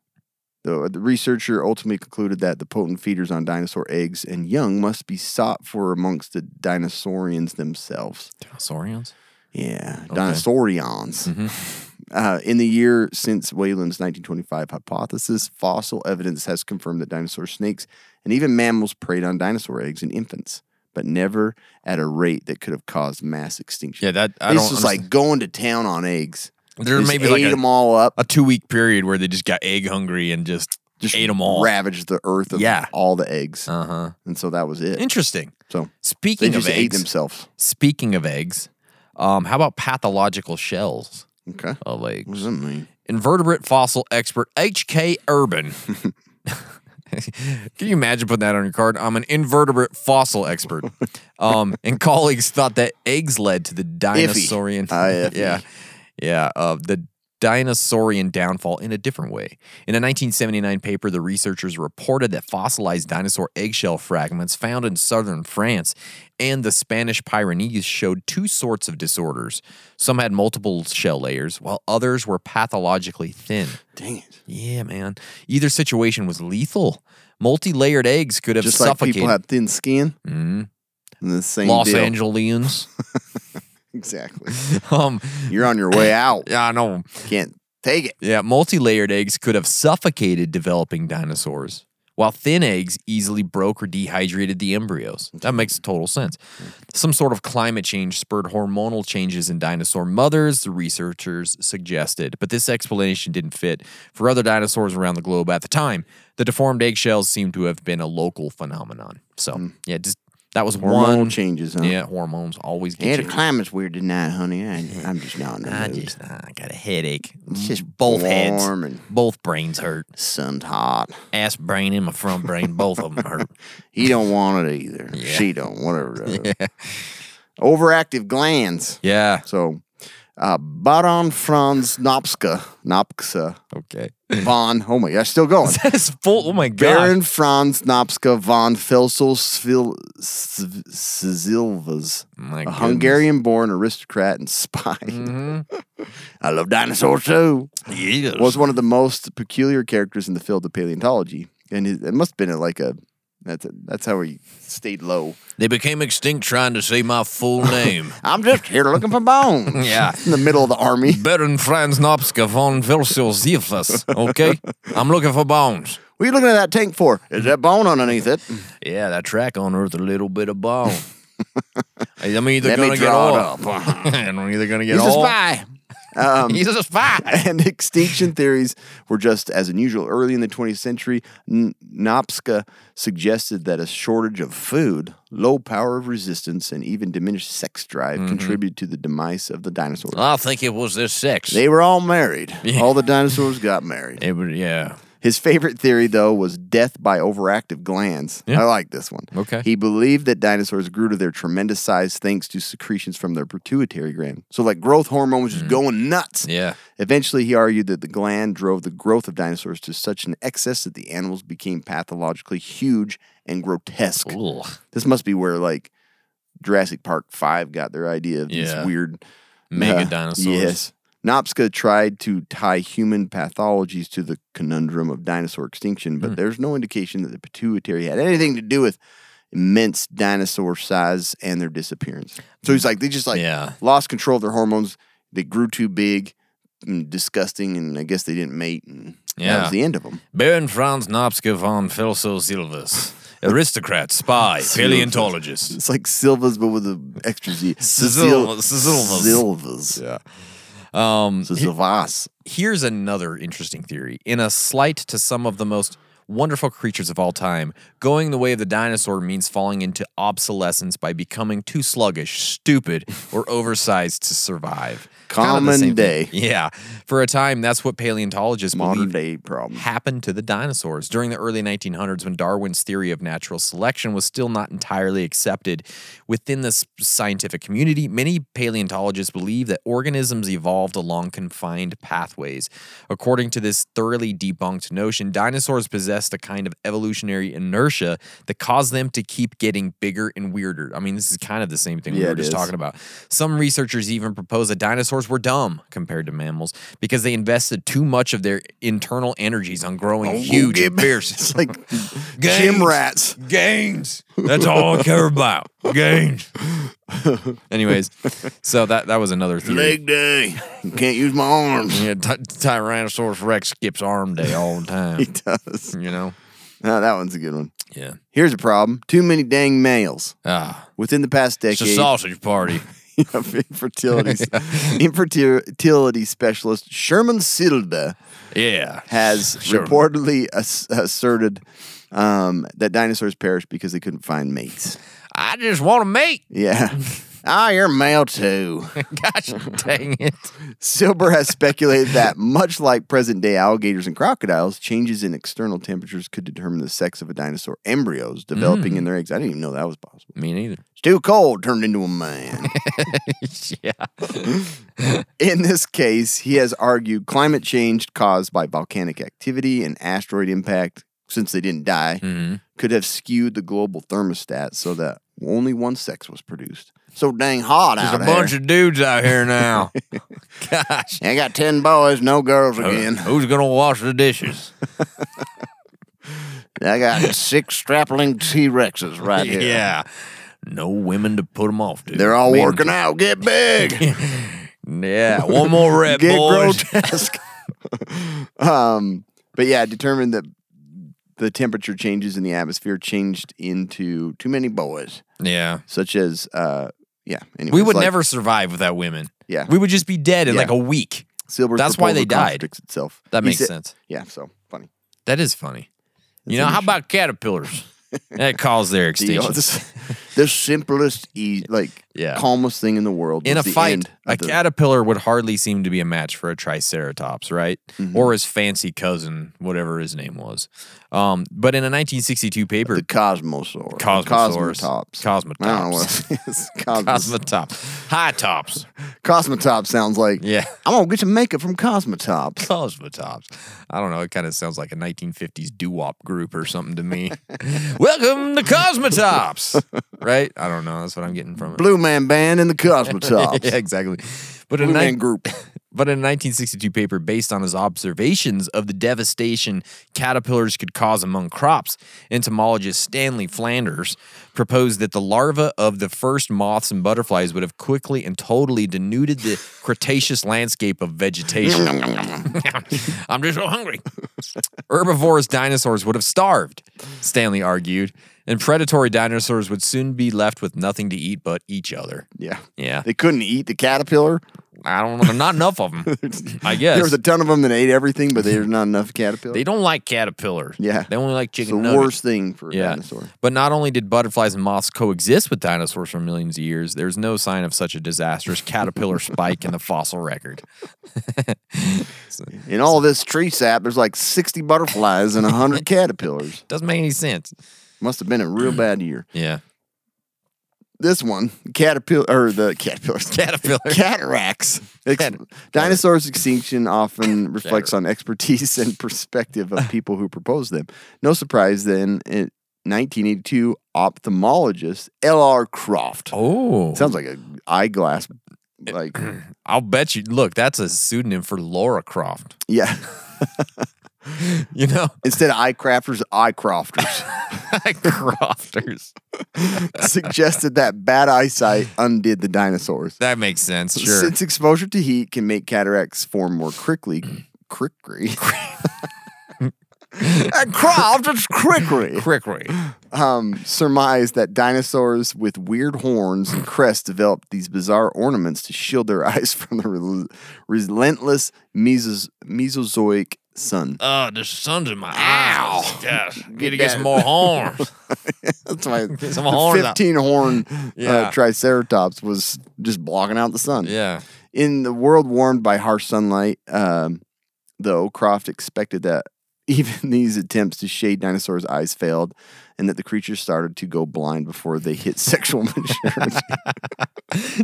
S4: the, the researcher ultimately concluded that the potent feeders on dinosaur eggs and young must be sought for amongst the dinosaurians themselves.
S5: Dinosaurians.
S4: Yeah, dinosaurians.
S5: Mhm.
S4: Uh, in the year since Wayland's 1925 hypothesis, fossil evidence has confirmed that dinosaur snakes and even mammals preyed on dinosaur eggs in infants, but never at a rate that could have caused mass extinction.
S5: Yeah, that I
S4: this
S5: don't
S4: was
S5: understand.
S4: like going to town on eggs.
S5: there
S4: They just
S5: maybe like
S4: ate
S5: a,
S4: them all up.
S5: a two week period where they just got egg hungry and just
S4: just
S5: ate them all.
S4: ravaged the earth of
S5: Yeah.
S4: all the eggs,
S5: Uh huh.
S4: and so that was it.
S5: Interesting.
S4: So they
S5: Speaking of
S4: just ate
S5: eggs,
S4: themselves.
S5: speaking of eggs, um, how about pathological shells
S4: Okay,
S5: of
S4: what
S5: eggs?
S4: does that mean?
S5: Invertebrate fossil expert H.K. Urban. *laughs* Can you imagine putting that on your card? I'm an invertebrate fossil expert. Um, and *laughs* colleagues thought that eggs led to the dinosaurian.
S4: Ah,
S5: *laughs*
S4: iffy.
S5: yeah. Yeah. Uh, the dinosaurian downfall in a different way. In a 1979 paper, the researchers reported that fossilized dinosaur eggshell fragments found in southern France and the Spanish Pyrenees showed two sorts of disorders. Some had multiple shell layers, while others were pathologically thin.
S4: Dang it!
S5: Yeah, man. Either situation was lethal. Multi-layered eggs could have
S4: Just like
S5: suffocated
S4: people have thin skin,
S5: Mhm.
S4: and the same
S5: Los
S4: deal.
S5: Angeles.
S4: *laughs*
S5: *laughs*
S4: Exactly.
S5: um,
S4: You're on your way out.
S5: yeah, I know.
S4: Can't take it.
S5: Yeah, multi-layered eggs could have suffocated developing dinosaurs, while thin eggs easily broke or dehydrated the embryos. That makes total sense. Some sort of climate change spurred hormonal changes in dinosaur mothers, the researchers suggested, but this explanation didn't fit for other dinosaurs around the globe at the time. The deformed eggshells seem to have been a local phenomenon. So, yeah, just that was
S4: Hormonal
S5: one
S4: changes, huh?
S5: Yeah, hormones always
S4: Yeah,
S5: get
S4: the
S5: you.
S4: climate's weird tonight, honey. I, I'm just not in
S5: *laughs*
S4: the
S5: I
S4: mood.
S5: just I got a headache.
S4: It's just
S5: both heads,
S4: Mm, warm and-
S5: both brains hurt.
S4: Sun's hot.
S5: Ass brain and my front brain, both of them
S4: *laughs*
S5: hurt.
S4: He don't want it either.
S5: Yeah.
S4: She don't. Whatever.
S5: *laughs*
S4: Overactive glands.
S5: Yeah.
S4: So, uh, Baron Franz Nopska, Nopska
S5: *laughs* Okay.
S4: von. Oh my gosh,
S5: *laughs*
S4: still going.
S5: That is full. Oh my god.
S4: Baron Franz Nopska von Felsel Svil- Sv- Silvas,
S5: My
S4: a
S5: goodness. Mm-hmm.
S4: Hungarian born aristocrat and spy. *laughs* I love dinosaurs too.
S5: Yes.
S4: Was one of the most peculiar characters in the field of paleontology. And it, it must have been a, like a, that's, a, that's how he stayed low.
S5: They became extinct trying to say my
S4: *laughs*
S5: full name.
S4: I'm just here looking for
S5: *laughs*
S4: bones.
S5: Yeah.
S4: In the middle of the army.
S5: Baron Franz Nopska von Velsilzifas.
S4: *laughs*
S5: Okay. I'm looking for bones.
S4: What are you looking at that tank for? Is that bone underneath it? *laughs*
S5: Yeah, that track on Earth, a little bit of bone. I'm either
S4: Let me
S5: gonna get
S4: draw it uh-huh.
S5: all. *laughs* and I'm either gonna get
S4: He's a
S5: all. *laughs*
S4: spy. Um,
S5: He's a
S4: *laughs*
S5: spy.
S4: and extinction theories were just as unusual. Early in the 20th century, N- Nopska suggested that a shortage of food, low power of resistance, and even diminished sex drive contributed to the demise of the dinosaurs.
S5: I think it was this sex.
S4: They were all married. All the dinosaurs got married.
S5: It would- yeah.
S4: His favorite theory, though, was death by overactive glands.
S5: Yeah.
S4: I like this one.
S5: Okay.
S4: He believed that dinosaurs grew to their tremendous size thanks to secretions from their pituitary gland. So, like, growth hormone was just going nuts.
S5: Mm. Yeah.
S4: Eventually, he argued that the gland drove the growth of dinosaurs to such an excess that the animals became pathologically huge and grotesque. *laughs*
S5: Ugh.
S4: This must be where, like, Jurassic Park 5 got their idea of
S5: Yeah.
S4: these weird
S5: Mega
S4: uh,
S5: dinosaurs.
S4: Yes. Nopska tried to tie human pathologies to the conundrum of dinosaur extinction,
S5: Hmm.
S4: but there's no indication that the pituitary had anything to do with immense dinosaur size and their disappearance. So he's like, they just like
S5: Yeah.
S4: lost control of their hormones. They grew too big and disgusting, and I guess they didn't mate. And that
S5: Yeah.
S4: was the end of them.
S5: Baron Franz Nopska von Felso Silvas, aristocrat,
S4: *laughs*
S5: spy, paleontologist.
S4: It's like Silvas, but with an extra Z.
S5: *laughs* Silvas.
S4: Silvas. Silvas. Yeah.
S5: Um,
S4: Silvas.
S5: here's another interesting theory. In a slight to some of the most wonderful creatures of all time, going the way of the dinosaur means falling into obsolescence by becoming too sluggish, stupid, or oversized to survive. Kind of the
S4: Common
S5: same
S4: day.
S5: thing. Yeah. For a time, that's what paleontologists
S4: Modern
S5: believed
S4: day problem.
S5: um, happened to the dinosaurs during the early 1900s when Darwin's theory of natural selection was still not entirely accepted within the s- scientific community. Many paleontologists believe that organisms evolved along confined pathways. According to this thoroughly debunked notion, dinosaurs possessed a kind of evolutionary inertia that caused them to keep getting bigger and weirder. I mean, this is kind of the same thing we
S4: Yeah,
S5: were
S4: it
S5: just
S4: is.
S5: talking about. Some researchers even propose that dinosaurs were dumb compared to mammals because they invested too much of their internal energies on
S4: Oh,
S5: growing huge and fierce
S4: *laughs* It's like
S5: Gangs.
S4: gym rats.
S5: gains. That's all I care about.
S4: *laughs*
S5: Gains. Anyways, so that that was another theory.
S4: day. Can't use my arms.
S5: Yeah, Ty- Tyrannosaurus Rex skips arm day all the time.
S4: *laughs* *laughs* He does.
S5: you know.
S4: Now that one's a good one.
S5: Yeah.
S4: Here's a problem: too many dang males.
S5: Ah,
S4: Within the past
S5: it's a
S4: decade,
S5: sausage party.
S4: *laughs* of *laughs* infertility infertility specialist Sherman Silda
S5: Yeah.
S4: *laughs* has
S5: Sure.
S4: reportedly ass- asserted um, that dinosaurs perished because they couldn't find mates.
S5: I just want to mate. *laughs*
S4: *laughs* Yeah. Ah, you're male too.
S5: Gosh dang it.
S4: Silber has speculated that much like present day alligators and crocodiles, changes in external temperatures could determine the sex of a dinosaur embryos developing
S5: Mm.
S4: in their eggs. I didn't even know that was possible.
S5: Me
S4: *laughs*
S5: neither.
S4: It's too cold, turned into
S5: *laughs*
S4: a man.
S5: Yeah.
S4: in this case, he has argued climate change caused by volcanic activity and asteroid impact, since they didn't die,
S5: hmm
S4: could have skewed the global thermostat so that only one sex was produced. So dang hot
S5: There's a
S4: out
S5: bunch
S4: here.
S5: of dudes out here
S4: *laughs*
S5: now. Gosh.
S4: I got 10 boys, no
S5: Oh,
S4: girls again.
S5: Who's gonna wash the dishes?
S4: I got six strappling T Rexes right here.
S5: *laughs* Yeah. No women to put them off to.
S4: They're all
S5: Man.
S4: working out. Get big.
S5: *laughs* Yeah. One more rep,
S4: Get
S5: boys.
S4: grotesque. *laughs* um, but yeah, determined that the temperature changes in the atmosphere changed into too many boas,
S5: Yeah.
S4: such as uh, yeah. Anyways,
S5: We would
S4: like
S5: never survive without women.
S4: Yeah.
S5: We would just be dead in
S4: Yeah.
S5: like a week.
S4: Silver's
S5: that's why they
S4: proposal
S5: died.
S4: contradicts Itself.
S5: That
S4: He
S5: makes
S4: said-
S5: sense.
S4: Yeah. So funny.
S5: That is funny. you know, how about caterpillars? that caused their
S4: *laughs* The,
S5: extinction.
S4: the simplest, e- like
S5: Yeah.
S4: calmest thing in the world.
S5: in a
S4: was the
S5: fight,
S4: end of
S5: a
S4: the-
S5: caterpillar would hardly seem to be a match for a triceratops, right?
S4: Mm-hmm.
S5: Or his fancy cousin, whatever his name was. Um, but in a 1962 paper,
S4: the cosmosaur,
S5: Cosmosaurus. Cosmotops.
S4: cosmotops, I *laughs* don't know what it
S5: *laughs*
S4: is. Cosmos-
S5: Cosmotops, high tops,
S4: Cosmotop sounds like
S5: Yeah.
S4: I'm gonna get some makeup from Cosmotop.
S5: Cosmotops. I don't know. It kind of sounds like a 1950s doo wop group or something to
S4: *laughs*
S5: me. Welcome to Cosmotops, right? I don't know. That's what I'm getting from it.
S4: Blue Man Band and the
S5: *laughs*
S4: Cosmotops.
S5: yeah, exactly. But
S4: Blue
S5: in
S4: Man
S5: nine-
S4: Group.
S5: *laughs* But in a 1962 paper based on his observations of the devastation caterpillars could cause among crops, entomologist Stanley Flanders proposed that the larvae of the first moths and butterflies would have quickly and totally denuded
S4: *laughs*
S5: the Cretaceous landscape of vegetation. *laughs* I'm just so hungry. Herbivorous dinosaurs would have starved, Stanley argued, and predatory dinosaurs would soon be left with nothing to eat but each other.
S4: Yeah.
S5: Yeah.
S4: They couldn't eat the caterpillar.
S5: I don't know. There's not enough of
S4: *laughs*
S5: them. I guess
S4: There was a ton of them that ate everything, but there's not enough caterpillar.
S5: they don't like caterpillars.
S4: Yeah.
S5: they only like
S4: it's
S5: chicken
S4: the
S5: nuggets.
S4: worst thing for a
S5: yeah.
S4: dinosaur.
S5: But not only did butterflies and moths coexist with dinosaurs for millions of years, there's no sign of such a disastrous caterpillar spike in the fossil record.
S4: In all this tree sap, there's like 60 butterflies
S5: *laughs*
S4: and 100 caterpillars.
S5: Doesn't make any sense.
S4: Must have been a real bad year.
S5: Yeah,
S4: This one, caterpillar, or the
S5: *laughs*
S4: caterpillars.
S5: caterpillar.
S4: *laughs* Cataracts. Ex-
S5: Cat-
S4: Dinosaurs
S5: *laughs*
S4: extinction often reflects on expertise and perspective of people who propose them. No surprise then, in 1982, ophthalmologist L.R. Croft.
S5: oh,
S4: Sounds like an eyeglass
S5: *clears throat*
S4: Like,
S5: I'll bet you. Look, that's a pseudonym for Laura Croft. *laughs*
S4: yeah.
S5: You know, *laughs*
S4: Instead of eye crafters, eye crofters
S5: Crofters.
S4: suggested that bad eyesight undid the dinosaurs.
S5: That makes sense. Sure.
S4: Since exposure to heat can make cataracts form more quickly,
S5: Mm. *laughs*
S4: quickly. *laughs* At Croft, it's quickly.
S5: Quickly.
S4: um, surmise that dinosaurs with weird horns and crests developed these bizarre ornaments to shield their *laughs* eyes from the rel- relentless Mesos- Mesozoic sun.
S5: Oh, there's sun's in my eyes. Yes. Need to
S4: that.
S5: get some more *laughs* horns. *laughs*
S4: That's why the
S5: some horns out.
S4: 15 horn uh,
S5: Yeah.
S4: Triceratops was just blocking out the sun.
S5: yeah.
S4: In the world warmed by harsh sunlight, um, though, Croft expected that *laughs* even these attempts to shade dinosaurs' eyes failed and that the creatures started to go blind before they hit *laughs* sexual maturity.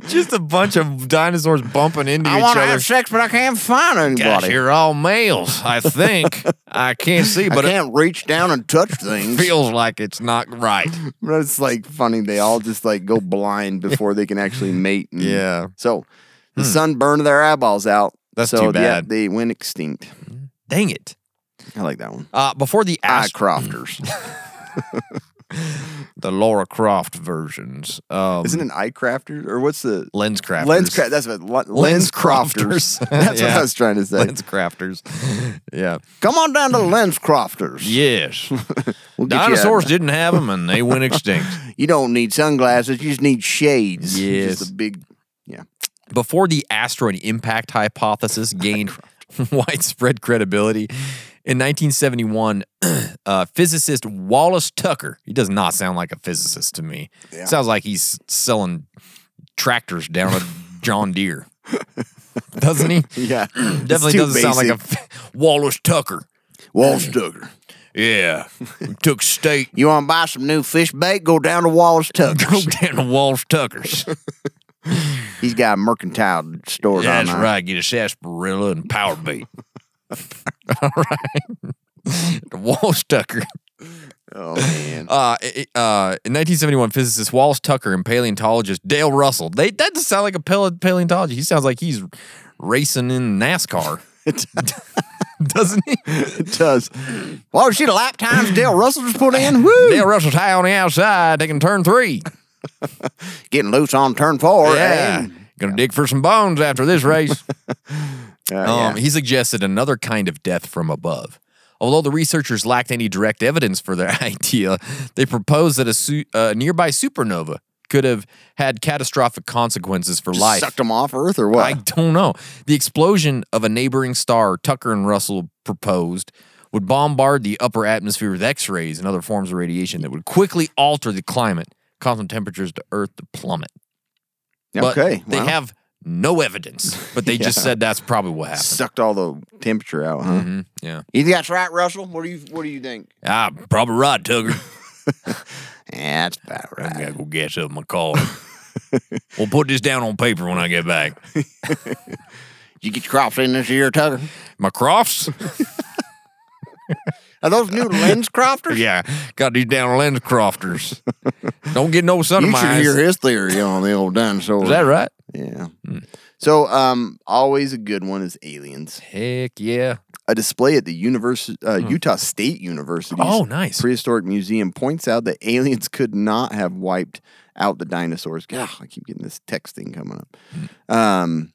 S5: Just a bunch of dinosaurs bumping into each
S4: wanna
S5: other.
S4: sex, but I can't find
S5: Gosh, you're all males,
S4: *laughs*
S5: I think. I can't see, but uh,
S4: I can't reach down
S5: *laughs*
S4: and touch
S5: it
S4: things.
S5: feels like it's not
S4: *laughs*
S5: right.
S4: but it's like funny. They all just like
S5: *laughs*
S4: go blind before they can actually mate. and-
S5: Yeah. Hmm.
S4: So the sun burned their eyeballs out.
S5: That's
S4: so
S5: too
S4: yeah,
S5: bad.
S4: they went extinct.
S5: Dang it.
S4: I like that one.
S5: Uh, before the
S4: Eye
S5: Ast-
S4: crofters.
S5: the Laura Croft versions, um,
S4: Isn't it eye crafters or what's the
S5: lens crafters? *laughs*
S4: lens craft? That's what
S5: Lens
S4: lens, lens
S5: *laughs*
S4: crofters.
S5: crofters.
S4: *laughs* That's what
S5: Yeah.
S4: I was trying to say.
S5: lens
S4: *laughs*
S5: crafters. yeah.
S4: Come on down to lens crofters. *laughs*
S5: Yes.
S4: We'll get you out.
S5: Dinosaurs didn't have them, and they went extinct.
S4: You don't need sunglasses. You just need shades.
S5: Yes.
S4: Just a big. *laughs* Yeah.
S5: Before the asteroid impact hypothesis gained *laughs* widespread credibility, in 1971, uh, physicist Wallace Tucker, he does not sound like a physicist to me. Sounds like he's selling tractors down a John Deere. *laughs* Doesn't he?
S4: Yeah.
S5: Definitely doesn't sound like a f- Wallace Tucker. *laughs*
S4: wall Tucker.
S5: Yeah. Took state *laughs*
S4: You want to buy some new fish bait? Go down to Wallace
S5: go
S4: Tucker's.
S5: down to Wallace Tucker's.
S4: He's got a mercantile store down
S5: That's
S4: there.
S5: right. Get a sarsaparilla and power bait. All right. The Wallace Tucker.
S4: Oh man. *laughs*
S5: Uh, i- i- uh, in 1971, physicist Wallace Tucker and paleontologist Dale Russell. They that doesn't sound like a pale- paleontologist. He sounds like he's racing in NASCAR, doesn't he?
S4: it does. Well, she the lap times Dale Russell just put in. Woo!
S5: Dale Russell's high on the outside, taking turn three.
S4: Getting loose on turn four.
S5: Yeah,
S4: eh?
S5: gonna dig for some bones after this race.
S4: Uh,
S5: Um,
S4: yeah.
S5: He suggested another kind of death from above. Although the researchers lacked any direct evidence for their *laughs* idea, they proposed that a su- uh, nearby supernova could have had catastrophic consequences for
S4: Just
S5: life.
S4: sucked him off Earth or what?
S5: I don't know. The explosion of a neighboring star, Tucker and Russell proposed, would bombard the upper atmosphere with X rays and other forms of radiation that would quickly alter the climate, causing temperatures to Earth to plummet. But
S4: okay.
S5: They
S4: wow.
S5: have no evidence, but
S4: *laughs*
S5: they just
S4: Yeah.
S5: said that's probably what happened.
S4: sucked all the temperature out, huh?
S5: hmm Yeah.
S4: You think that's right, Russell? What do you What do you think?
S5: Ah, probably right, Tugger.
S4: Yeah, that's about
S5: I gotta
S4: right.
S5: go gas up my *laughs* car. we'll put this down on paper when I get back.
S4: You get your crops in this year, Tucker.
S5: My *laughs* crofts?
S4: Are
S5: *laughs*
S4: those new lens crofters?
S5: yeah, got these down lens crofters. Don't get no sun in
S4: You
S5: my
S4: should
S5: eyes.
S4: hear his theory on the old dinosaur.
S5: Is that Hmm. right?
S4: Yeah. So, um, always a good one is aliens.
S5: Heck *laughs* yeah.
S4: A display at the univers- uh, Utah State University's
S5: Hmm. Oh, nice.
S4: prehistoric museum points out that aliens could not have wiped out the dinosaurs. God, I keep getting this text thing coming
S5: Hmm.
S4: up. Um,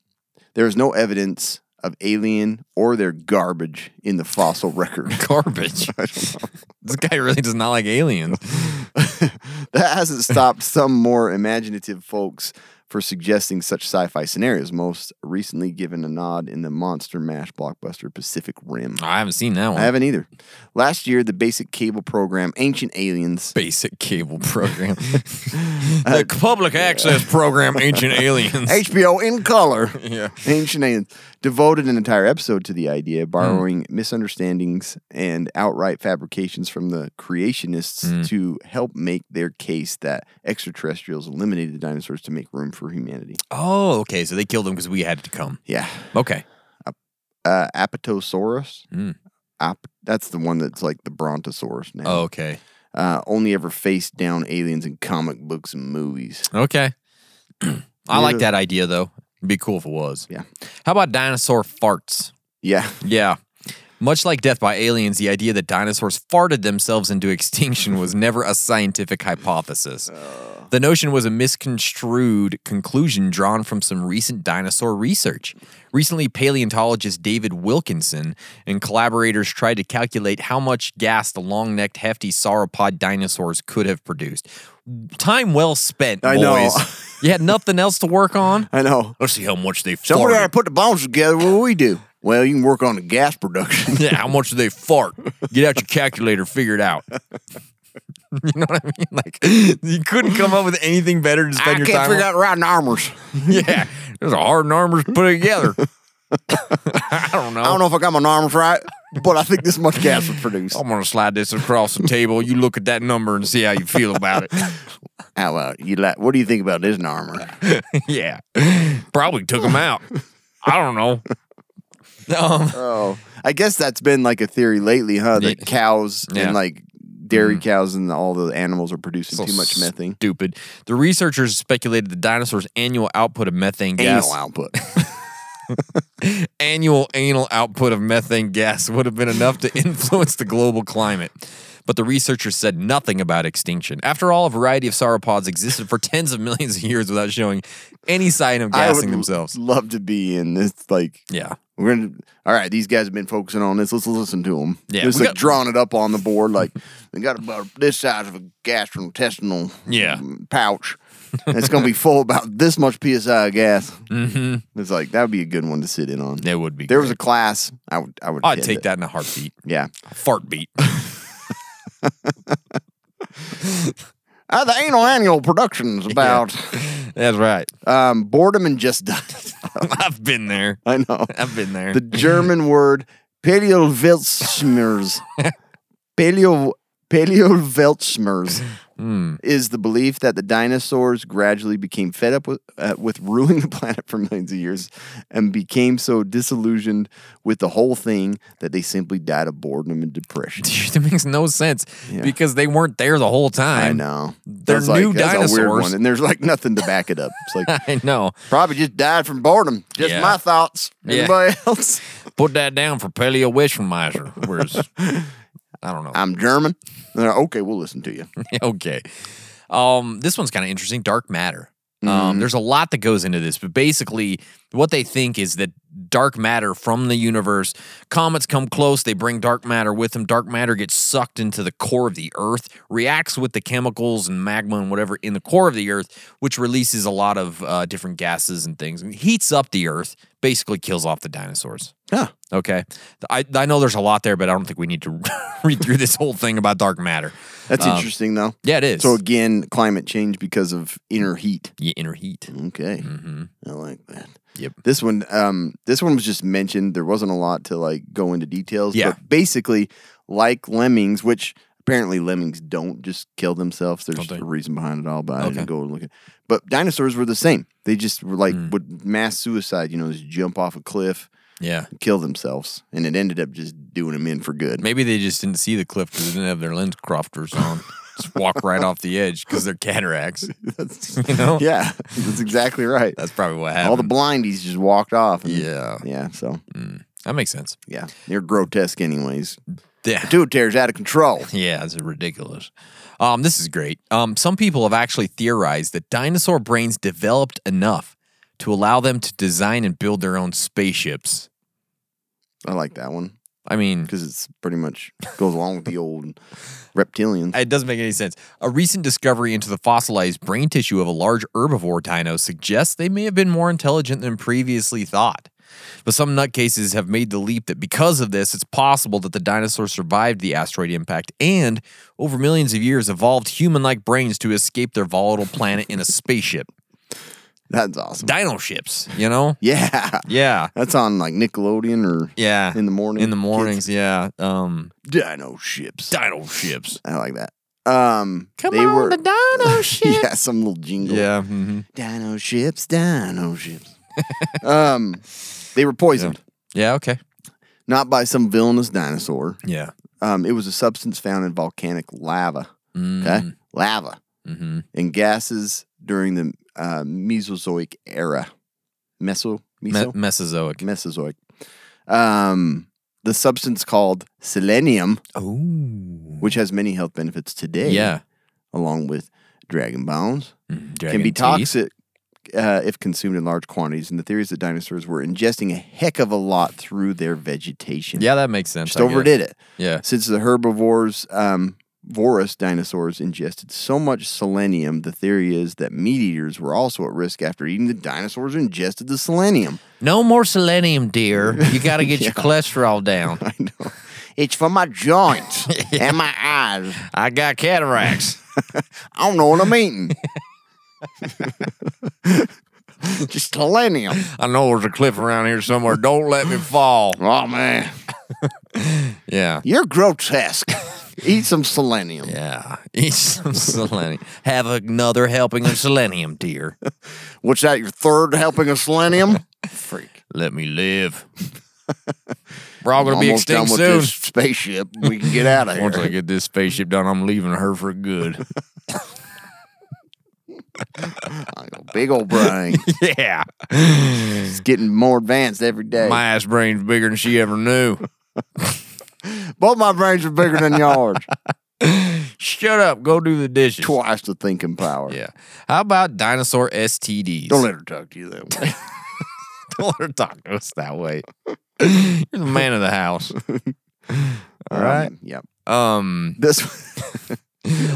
S4: there is no evidence of alien or their garbage in the
S5: *laughs*
S4: fossil record. *laughs*
S5: Garbage. This guy really does not like aliens.
S4: that hasn't stopped some more imaginative folks for suggesting such sci-fi scenarios. Most recently, given a nod in the monster mash blockbuster Pacific Rim.
S5: I haven't seen that one.
S4: I haven't either. Last year, the basic cable program Ancient
S5: *laughs*
S4: Aliens
S5: Basic cable program. the public access program, *laughs* Ancient Aliens.
S4: HBO in color.
S5: Yeah.
S4: Ancient Aliens devoted an entire episode to the idea, borrowing misunderstandings and outright fabrications from the creationists to help make their case that extraterrestrials eliminated the dinosaurs to make room for humanity.
S5: Oh, okay. So they killed him because we had to come.
S4: Yeah.
S5: Okay.
S4: Uh, Apatosaurus.
S5: Mm.
S4: Ap- that's the one that's like the Brontosaurus now.
S5: Oh, okay.
S4: Uh, only ever faced down aliens in comic books and movies.
S5: Okay. *clears throat* I like
S4: Yeah.
S5: that idea though. It'd be cool if it was.
S4: Yeah.
S5: How about dinosaur farts?
S4: Yeah. *laughs*
S5: Yeah. Much like death by aliens, the idea that dinosaurs farted themselves into extinction was never a scientific hypothesis.
S4: Uh.
S5: The notion was a misconstrued conclusion drawn from some recent dinosaur research. Recently, paleontologist David Wilkinson and collaborators tried to calculate how much gas the long necked, hefty sauropod dinosaurs could have produced. Time well spent,
S4: I
S5: boys.
S4: know. *laughs*
S5: you had nothing else to work on?
S4: I know.
S5: Let's see how much they
S4: Somebody
S5: farted.
S4: ought to put the bones together. What do we do? Well, you can work on the gas production.
S5: yeah, *laughs* how much do they fart? Get out your calculator, figure it out. *laughs* You know what I mean? Like you couldn't come up with anything better to spend
S4: I
S5: your
S4: can't
S5: time.
S4: figure out riding armors.
S5: on. *laughs* Yeah, there's a hard and armors put it together. *laughs* I don't know.
S4: I don't know if I got my armors right, but I think this much gas was produced.
S5: I'm gonna slide this across the table. You look at that number and see how you feel about
S4: *laughs*
S5: it.
S4: How about you? Like, what do you think about this armor?
S5: yeah, probably took them out. I don't know. Um,
S4: *laughs* Oh, I guess that's been like a theory lately, huh? That
S5: Yeah.
S4: cows
S5: Yeah. Mm-hmm.
S4: and like dairy cows and all the animals are producing
S5: So
S4: too much methane.
S5: Stupid. The researchers speculated the dinosaurs' annual output of methane gas.
S4: Anal output.
S5: *laughs* annual anal output of methane gas would have been enough to *laughs* influence the global climate. But the researchers said nothing about extinction. After all, a variety of sauropods existed for tens of millions of years without showing any sign of
S4: I
S5: gassing
S4: would
S5: themselves.
S4: love to be in this. Like,
S5: Yeah.
S4: we're gonna. All right, these guys have been focusing on this. Let's listen to them.
S5: Yeah,
S4: just
S5: we
S4: like
S5: got-
S4: drawing it up on the board. Like, we got about this size of a gastrointestinal
S5: Yeah.
S4: mm, pouch. And it's gonna be full about this much psi gas. Mm-hmm. It's like that would be a good one to sit in on.
S5: It would be.
S4: There was a class. I would. I would.
S5: I'd
S4: attend
S5: take
S4: it.
S5: that in a heartbeat.
S4: Yeah.
S5: A fart
S4: *laughs*
S5: beat.
S4: Uh, the anal annual productions about
S5: That's right.
S4: um, boredom and just *laughs* diet.
S5: *laughs* I've been there.
S4: I know.
S5: I've been there. *laughs*
S4: The German word
S5: *laughs*
S4: Paleoweltschmerz. Paleo Paleoweltschmerz
S5: Hmm.
S4: is the belief that the dinosaurs gradually became fed up with, uh, with ruling the planet for millions of years and became so disillusioned with the whole thing that they simply died of boredom and depression.
S5: it makes no sense because they weren't there the whole time.
S4: I know.
S5: They're
S4: That's like-
S5: new
S4: that's a weird
S5: dinosaurs.
S4: one, and there's like nothing to back it up. It's
S5: *laughs* *laughs*
S4: like
S5: I know.
S4: Probably just died from boredom. Just
S5: Yeah.
S4: my thoughts.
S5: Yeah.
S4: Anybody else?
S5: Put that down for paleo wishmiser. Whereas
S4: *laughs*
S5: I don't know.
S4: I'm German. And they're, okay, we'll listen to you.
S5: Hmm. *laughs* okay. Um, this one's kind of interesting. Dark matter. Um, there's a lot that goes into this, but basically, what they think is that dark matter from the universe, comets come close, they bring dark matter with them. Dark matter gets sucked into the core of the Earth, reacts with the chemicals and magma and whatever in the core of the Earth, which releases a lot of uh, different gases and things, and heats up the Earth, basically kills off the dinosaurs.
S4: Huh.
S5: Okay. I, I know there's a lot there, but I don't think we need to *laughs* read through this whole thing about dark matter.
S4: That's
S5: Um,
S4: interesting, though.
S5: Yeah, it is.
S4: So, again, climate change because of inner heat.
S5: Yeah, inner heat.
S4: Okay.
S5: Mm-hmm.
S4: I like that.
S5: Yep.
S4: This one, um, this one was just mentioned. There wasn't a lot to like go into details.
S5: Yeah.
S4: But basically, like lemmings, which apparently lemmings don't just kill themselves. There's
S5: Don't they?
S4: a reason behind it all, but I
S5: Okay.
S4: didn't go and look at. But dinosaurs were the same. They just were like
S5: Hmm.
S4: would mass suicide. You know, just jump off a cliff,
S5: Yeah.
S4: kill themselves, and it ended up just doing them in for good. *laughs*
S5: Maybe they just didn't see the cliff because they didn't have their lens crofters on. just walk right off the edge because they're *laughs* cataracts. you know?
S4: Yeah, that's exactly right.
S5: That's probably what happened.
S4: all the blindies just walked off. and-
S5: Yeah.
S4: yeah. So
S5: That makes sense.
S4: yeah, they're grotesque, anyways.
S5: Yeah.
S4: Two tears out of control.
S5: Yeah, it's ridiculous. Um, this is great. Um, some people have actually theorized that dinosaur brains developed enough to allow them to design and build their own spaceships.
S4: I like that one.
S5: I mean,
S4: because it's pretty much goes along with the old reptilians.
S5: It doesn't make any sense. A recent discovery into the fossilized brain tissue of a large herbivore dino suggests they may have been more intelligent than previously thought. But some nutcases have made the leap that because of this, it's possible that the dinosaurs survived the asteroid impact and, over millions of years, evolved human like brains to escape their volatile planet in a spaceship.
S4: That's awesome.
S5: Dino ships, you know?
S4: yeah,
S5: Yeah.
S4: that's on like Nickelodeon or
S5: Yeah.
S4: in the morning.
S5: In the
S4: kids.
S5: mornings, yeah. Um,
S4: dino ships.
S5: dino ships.
S4: I like that. Um,
S5: Come
S4: they
S5: on,
S4: were,
S5: the dino ships.
S4: *laughs* yeah, some little jingle.
S5: Yeah. mhm.
S4: dino ships, dino ships. um, they were poisoned.
S5: Yeah. Okay.
S4: Not by some villainous dinosaur.
S5: Yeah.
S4: Um, it was a substance found in volcanic lava. Okay, lava
S5: Mm. Mm-hmm.
S4: and gases during the uh, Mesozoic era. meso,
S5: Me-
S4: meso?
S5: Mesozoic.
S4: Mesozoic. Um, the substance called selenium,
S5: oh.
S4: which has many health benefits today,
S5: Yeah.
S4: along with dragon bones,
S5: Mm,
S4: can
S5: dragon
S4: be
S5: teeth.
S4: toxic uh, if consumed in large quantities. And the theory is that dinosaurs were ingesting a heck of a lot through their vegetation.
S5: Yeah, that makes sense.
S4: just
S5: I guess.
S4: overdid it. *laughs*
S5: Yeah.
S4: Since the herbivores, um, vorous dinosaurs ingested so much selenium, the theory is that meat eaters were also at risk after eating the dinosaurs who ingested the selenium. *laughs*
S5: No more selenium, dear. You got to get your cholesterol
S4: *laughs*
S5: down.
S4: I know. It's for
S5: *laughs*
S4: my joints and my eyes.
S5: I got cataracts.
S4: I don't know what
S5: *laughs*
S4: I'm eating. *laughs* Just selenium.
S5: I know there's a cliff around here somewhere. Don't let me fall.
S4: Oh, man.
S5: Yeah.
S4: You're grotesque. Eat some selenium.
S5: Yeah. *laughs* Eat some selenium. Have another helping of selenium, dear.
S4: What's that, your third helping of selenium? Freak.
S5: Let me
S4: *laughs*
S5: live. *laughs* We're all going to be
S4: Almost done
S5: extinct
S4: with
S5: soon.
S4: this spaceship. We can get out of here.
S5: *laughs* Once I get this spaceship done, I'm leaving her for
S4: *laughs*
S5: good. *laughs*
S4: Big old brain.
S5: yeah.
S4: It's getting more advanced every day.
S5: My ass brain's bigger than she ever knew.
S4: Both my brains are bigger than yours.
S5: *laughs* Shut up. Go do the dishes.
S4: Twice the thinking power.
S5: Yeah. How about dinosaur STDs?
S4: Don't let her talk to you that way.
S5: *laughs* Don't let her talk to us that
S4: *laughs*
S5: way. You're the man of the house. *laughs* All right.
S4: Um, yep.
S5: Um,
S4: This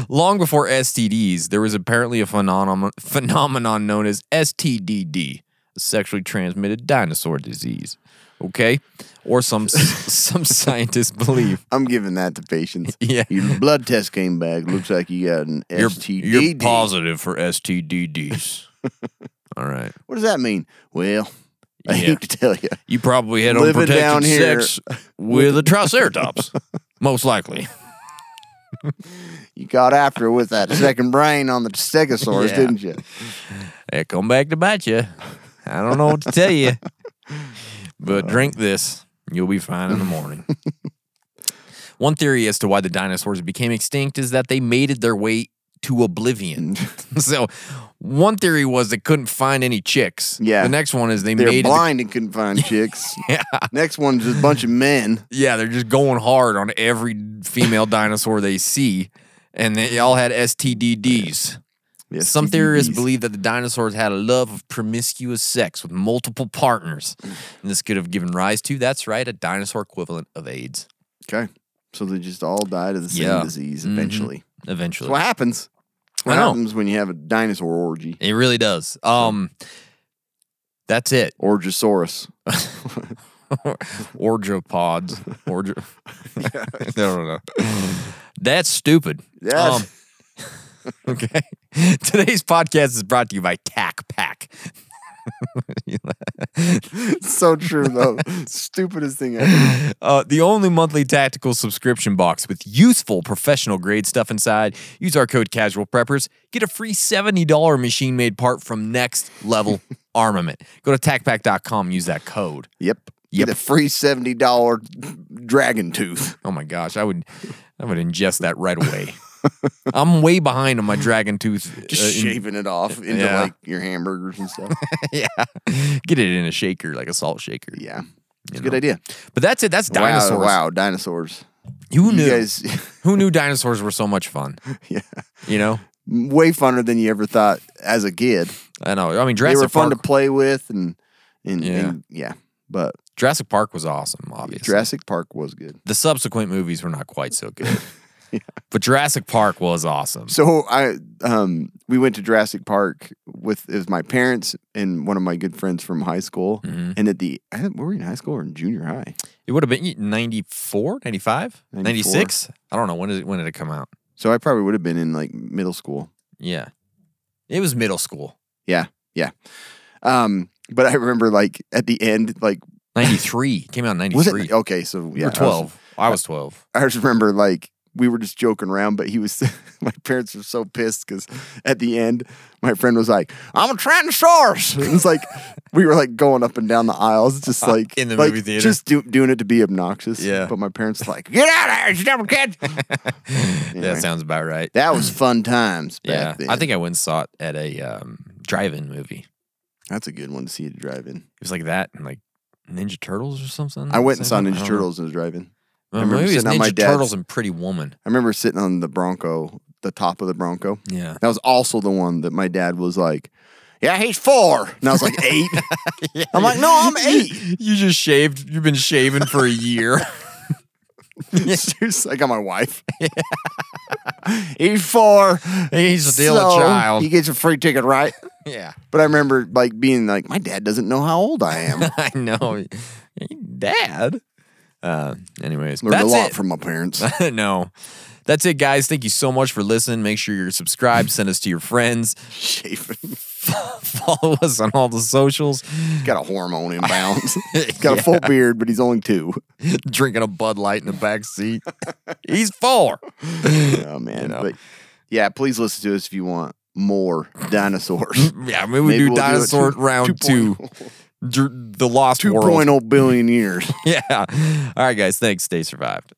S5: long before STDs, there was apparently a phenomenon phenomenon known as STDD, a sexually transmitted dinosaur disease. Okay, or some
S4: *laughs*
S5: some scientists believe.
S4: *laughs* I'm giving that to patients.
S5: *laughs* Yeah.
S4: Your blood test came back. Looks like you got an
S5: You're,
S4: STD.
S5: you're positive for
S4: *laughs*
S5: STDDs. All right.
S4: What does that mean? Well, I
S5: Yeah.
S4: hate to tell you.
S5: You probably had
S4: Living
S5: unprotected
S4: down here. *laughs*
S5: sex with a triceratops, most likely.
S4: You got after it with that second brain on the stegosaurus,
S5: Yeah.
S4: didn't you?
S5: It come back to bite you. I don't know what to tell you,
S4: Uh.
S5: but drink this. You'll be fine in the
S4: *laughs*
S5: morning. One theory as to why the dinosaurs became extinct is that they mated their way to
S4: *laughs*
S5: oblivion. so, one theory was they couldn't find any chicks.
S4: Yeah.
S5: The next one is they
S4: They're
S5: mated. the-
S4: blind and couldn't
S5: *laughs*
S4: find chicks. Next one's just a bunch of men.
S5: yeah, they're just going hard on every female dinosaur they see, and they all had STDs. Some theorists
S4: STDs.
S5: believe that the dinosaurs had a love of promiscuous sex with multiple partners. And this could have given rise to, that's right, a dinosaur equivalent of AIDS
S4: Okay. So they just all died of the same
S5: Yeah.
S4: disease
S5: Mhm.
S4: eventually. That's
S5: eventually.
S4: what happens. What
S5: I know.
S4: happens when you have a dinosaur orgy?
S5: It really does. Um, That's it.
S4: Orgosaurus.
S5: Orgopods. Orgo. *laughs* I don't know. That's stupid. Um,
S4: Yes.
S5: *laughs* okay. Today's podcast is brought to you by Tac Pack.
S4: *laughs* It's so
S5: *laughs*
S4: true though. Stupidest thing ever.
S5: Uh, the only monthly tactical subscription box with useful professional grade stuff inside. Use our code Casual Preppers. Get a free $70 machine made part from Next
S4: *laughs*
S5: Level Armament. Go to tacpack.com, use that code.
S4: Yep.
S5: Yep.
S4: Get a free seventy dollar dragon tooth.
S5: Oh my gosh, I would I would ingest that right
S4: *laughs*
S5: away. I'm way behind on my dragon tooth.
S4: Just
S5: uh, in-
S4: shaving it off into
S5: yeah.
S4: like your hamburgers and stuff.
S5: *laughs* yeah. Get it in a shaker, like a salt shaker.
S4: yeah. It's a
S5: You
S4: good
S5: know.
S4: idea.
S5: But that's it. That's dinosaurs.
S4: Wow, wow, dinosaurs.
S5: Who
S4: You
S5: knew?
S4: guys *laughs*
S5: Who knew dinosaurs were so much fun?
S4: yeah.
S5: You know?
S4: Way funner than you ever thought as a kid.
S5: I know. I mean,
S4: they
S5: Jurassic
S4: were fun
S5: Park,
S4: to play with and and
S5: Yeah.
S4: and, yeah. But
S5: Jurassic Park was awesome, obviously.
S4: Jurassic Park was good.
S5: the subsequent movies were not quite so
S4: *laughs*
S5: good. But Jurassic Park was awesome.
S4: So I um we went to Jurassic Park with it was my parents and one of my good friends from high school. And at the I think, were we in high school or in junior high?
S5: It would have been 94, 95, 96. I don't know when did it, when did it come out?
S4: So I probably would have been in like middle school.
S5: Yeah. It was middle school.
S4: Yeah, yeah. Um, but I remember like at the end, like *laughs*
S5: 93 It came out in 93.
S4: was it okay? So
S5: You were
S4: yeah, I was-
S5: 12. I was,
S4: *laughs*
S5: 12.
S4: I just remember like we were just joking around, but he was *laughs* my parents were so pissed because at the end, my friend was like, "I'm a Tyrannosaurus." *laughs* It was like we were like going up and down the aisles, just like
S5: *laughs* in the
S4: like,
S5: movie theater.
S4: just do, doing it to be obnoxious.
S5: Yeah.
S4: but my parents were like, "Get out of here, you dumb kid."
S5: *laughs* That sounds about right. *laughs*
S4: That was fun times. Back
S5: yeah.
S4: then.
S5: I think I went and saw it at a um, drive-in movie.
S4: That's a good one to see at a drive-in.
S5: It was like that and like Ninja Turtles or something.
S4: I went and saw
S5: Something? I
S4: Ninja
S5: don't know.
S4: Turtles in a drive-in.
S5: Well,
S4: I remember
S5: maybe it's
S4: sitting on my
S5: Ninja
S4: dad's-
S5: Turtles and Pretty Woman.
S4: I remember sitting on the Bronco, the top of the Bronco.
S5: Yeah.
S4: That was also the one that my dad was like, "Yeah, he's four. and I was like
S5: *laughs*
S4: eight. I'm like, "No, I'm eight." *laughs*
S5: you just shaved. You've been shaving for a *laughs* year.
S4: Seriously, I got my wife. he's four.
S5: He's still a
S4: So,
S5: child.
S4: He gets a free ticket, right?
S5: yeah.
S4: But I remember like being like, my dad doesn't know how old
S5: *laughs*
S4: I am.
S5: I know. Dad. Uh, anyways,
S4: Learned
S5: that's
S4: a lot
S5: it.
S4: from
S5: *laughs*
S4: my parents. *laughs*
S5: no. That's it, guys. Thank you so much for listening. Make sure you're subscribed. Send us to your friends. *laughs*
S4: Shaving.
S5: Follow us on all the socials.
S4: Got a
S5: *laughs*
S4: hormone imbalance. Got a full beard, but he's only two.
S5: Drinking a Bud Light in the back seat. *laughs* He's four.
S4: Oh man.
S5: know.
S4: But yeah, please listen to us if you want more
S5: *laughs*
S4: dinosaurs.
S5: Yeah, maybe we
S4: Maybe
S5: do
S4: we'll do a
S5: dinosaur
S4: two-
S5: round two. oh.
S4: 2.0.
S5: Dr- the Lost World.
S4: 2.0 billion years.
S5: oh. *laughs* Yeah. All right, guys. Thanks. Stay survived.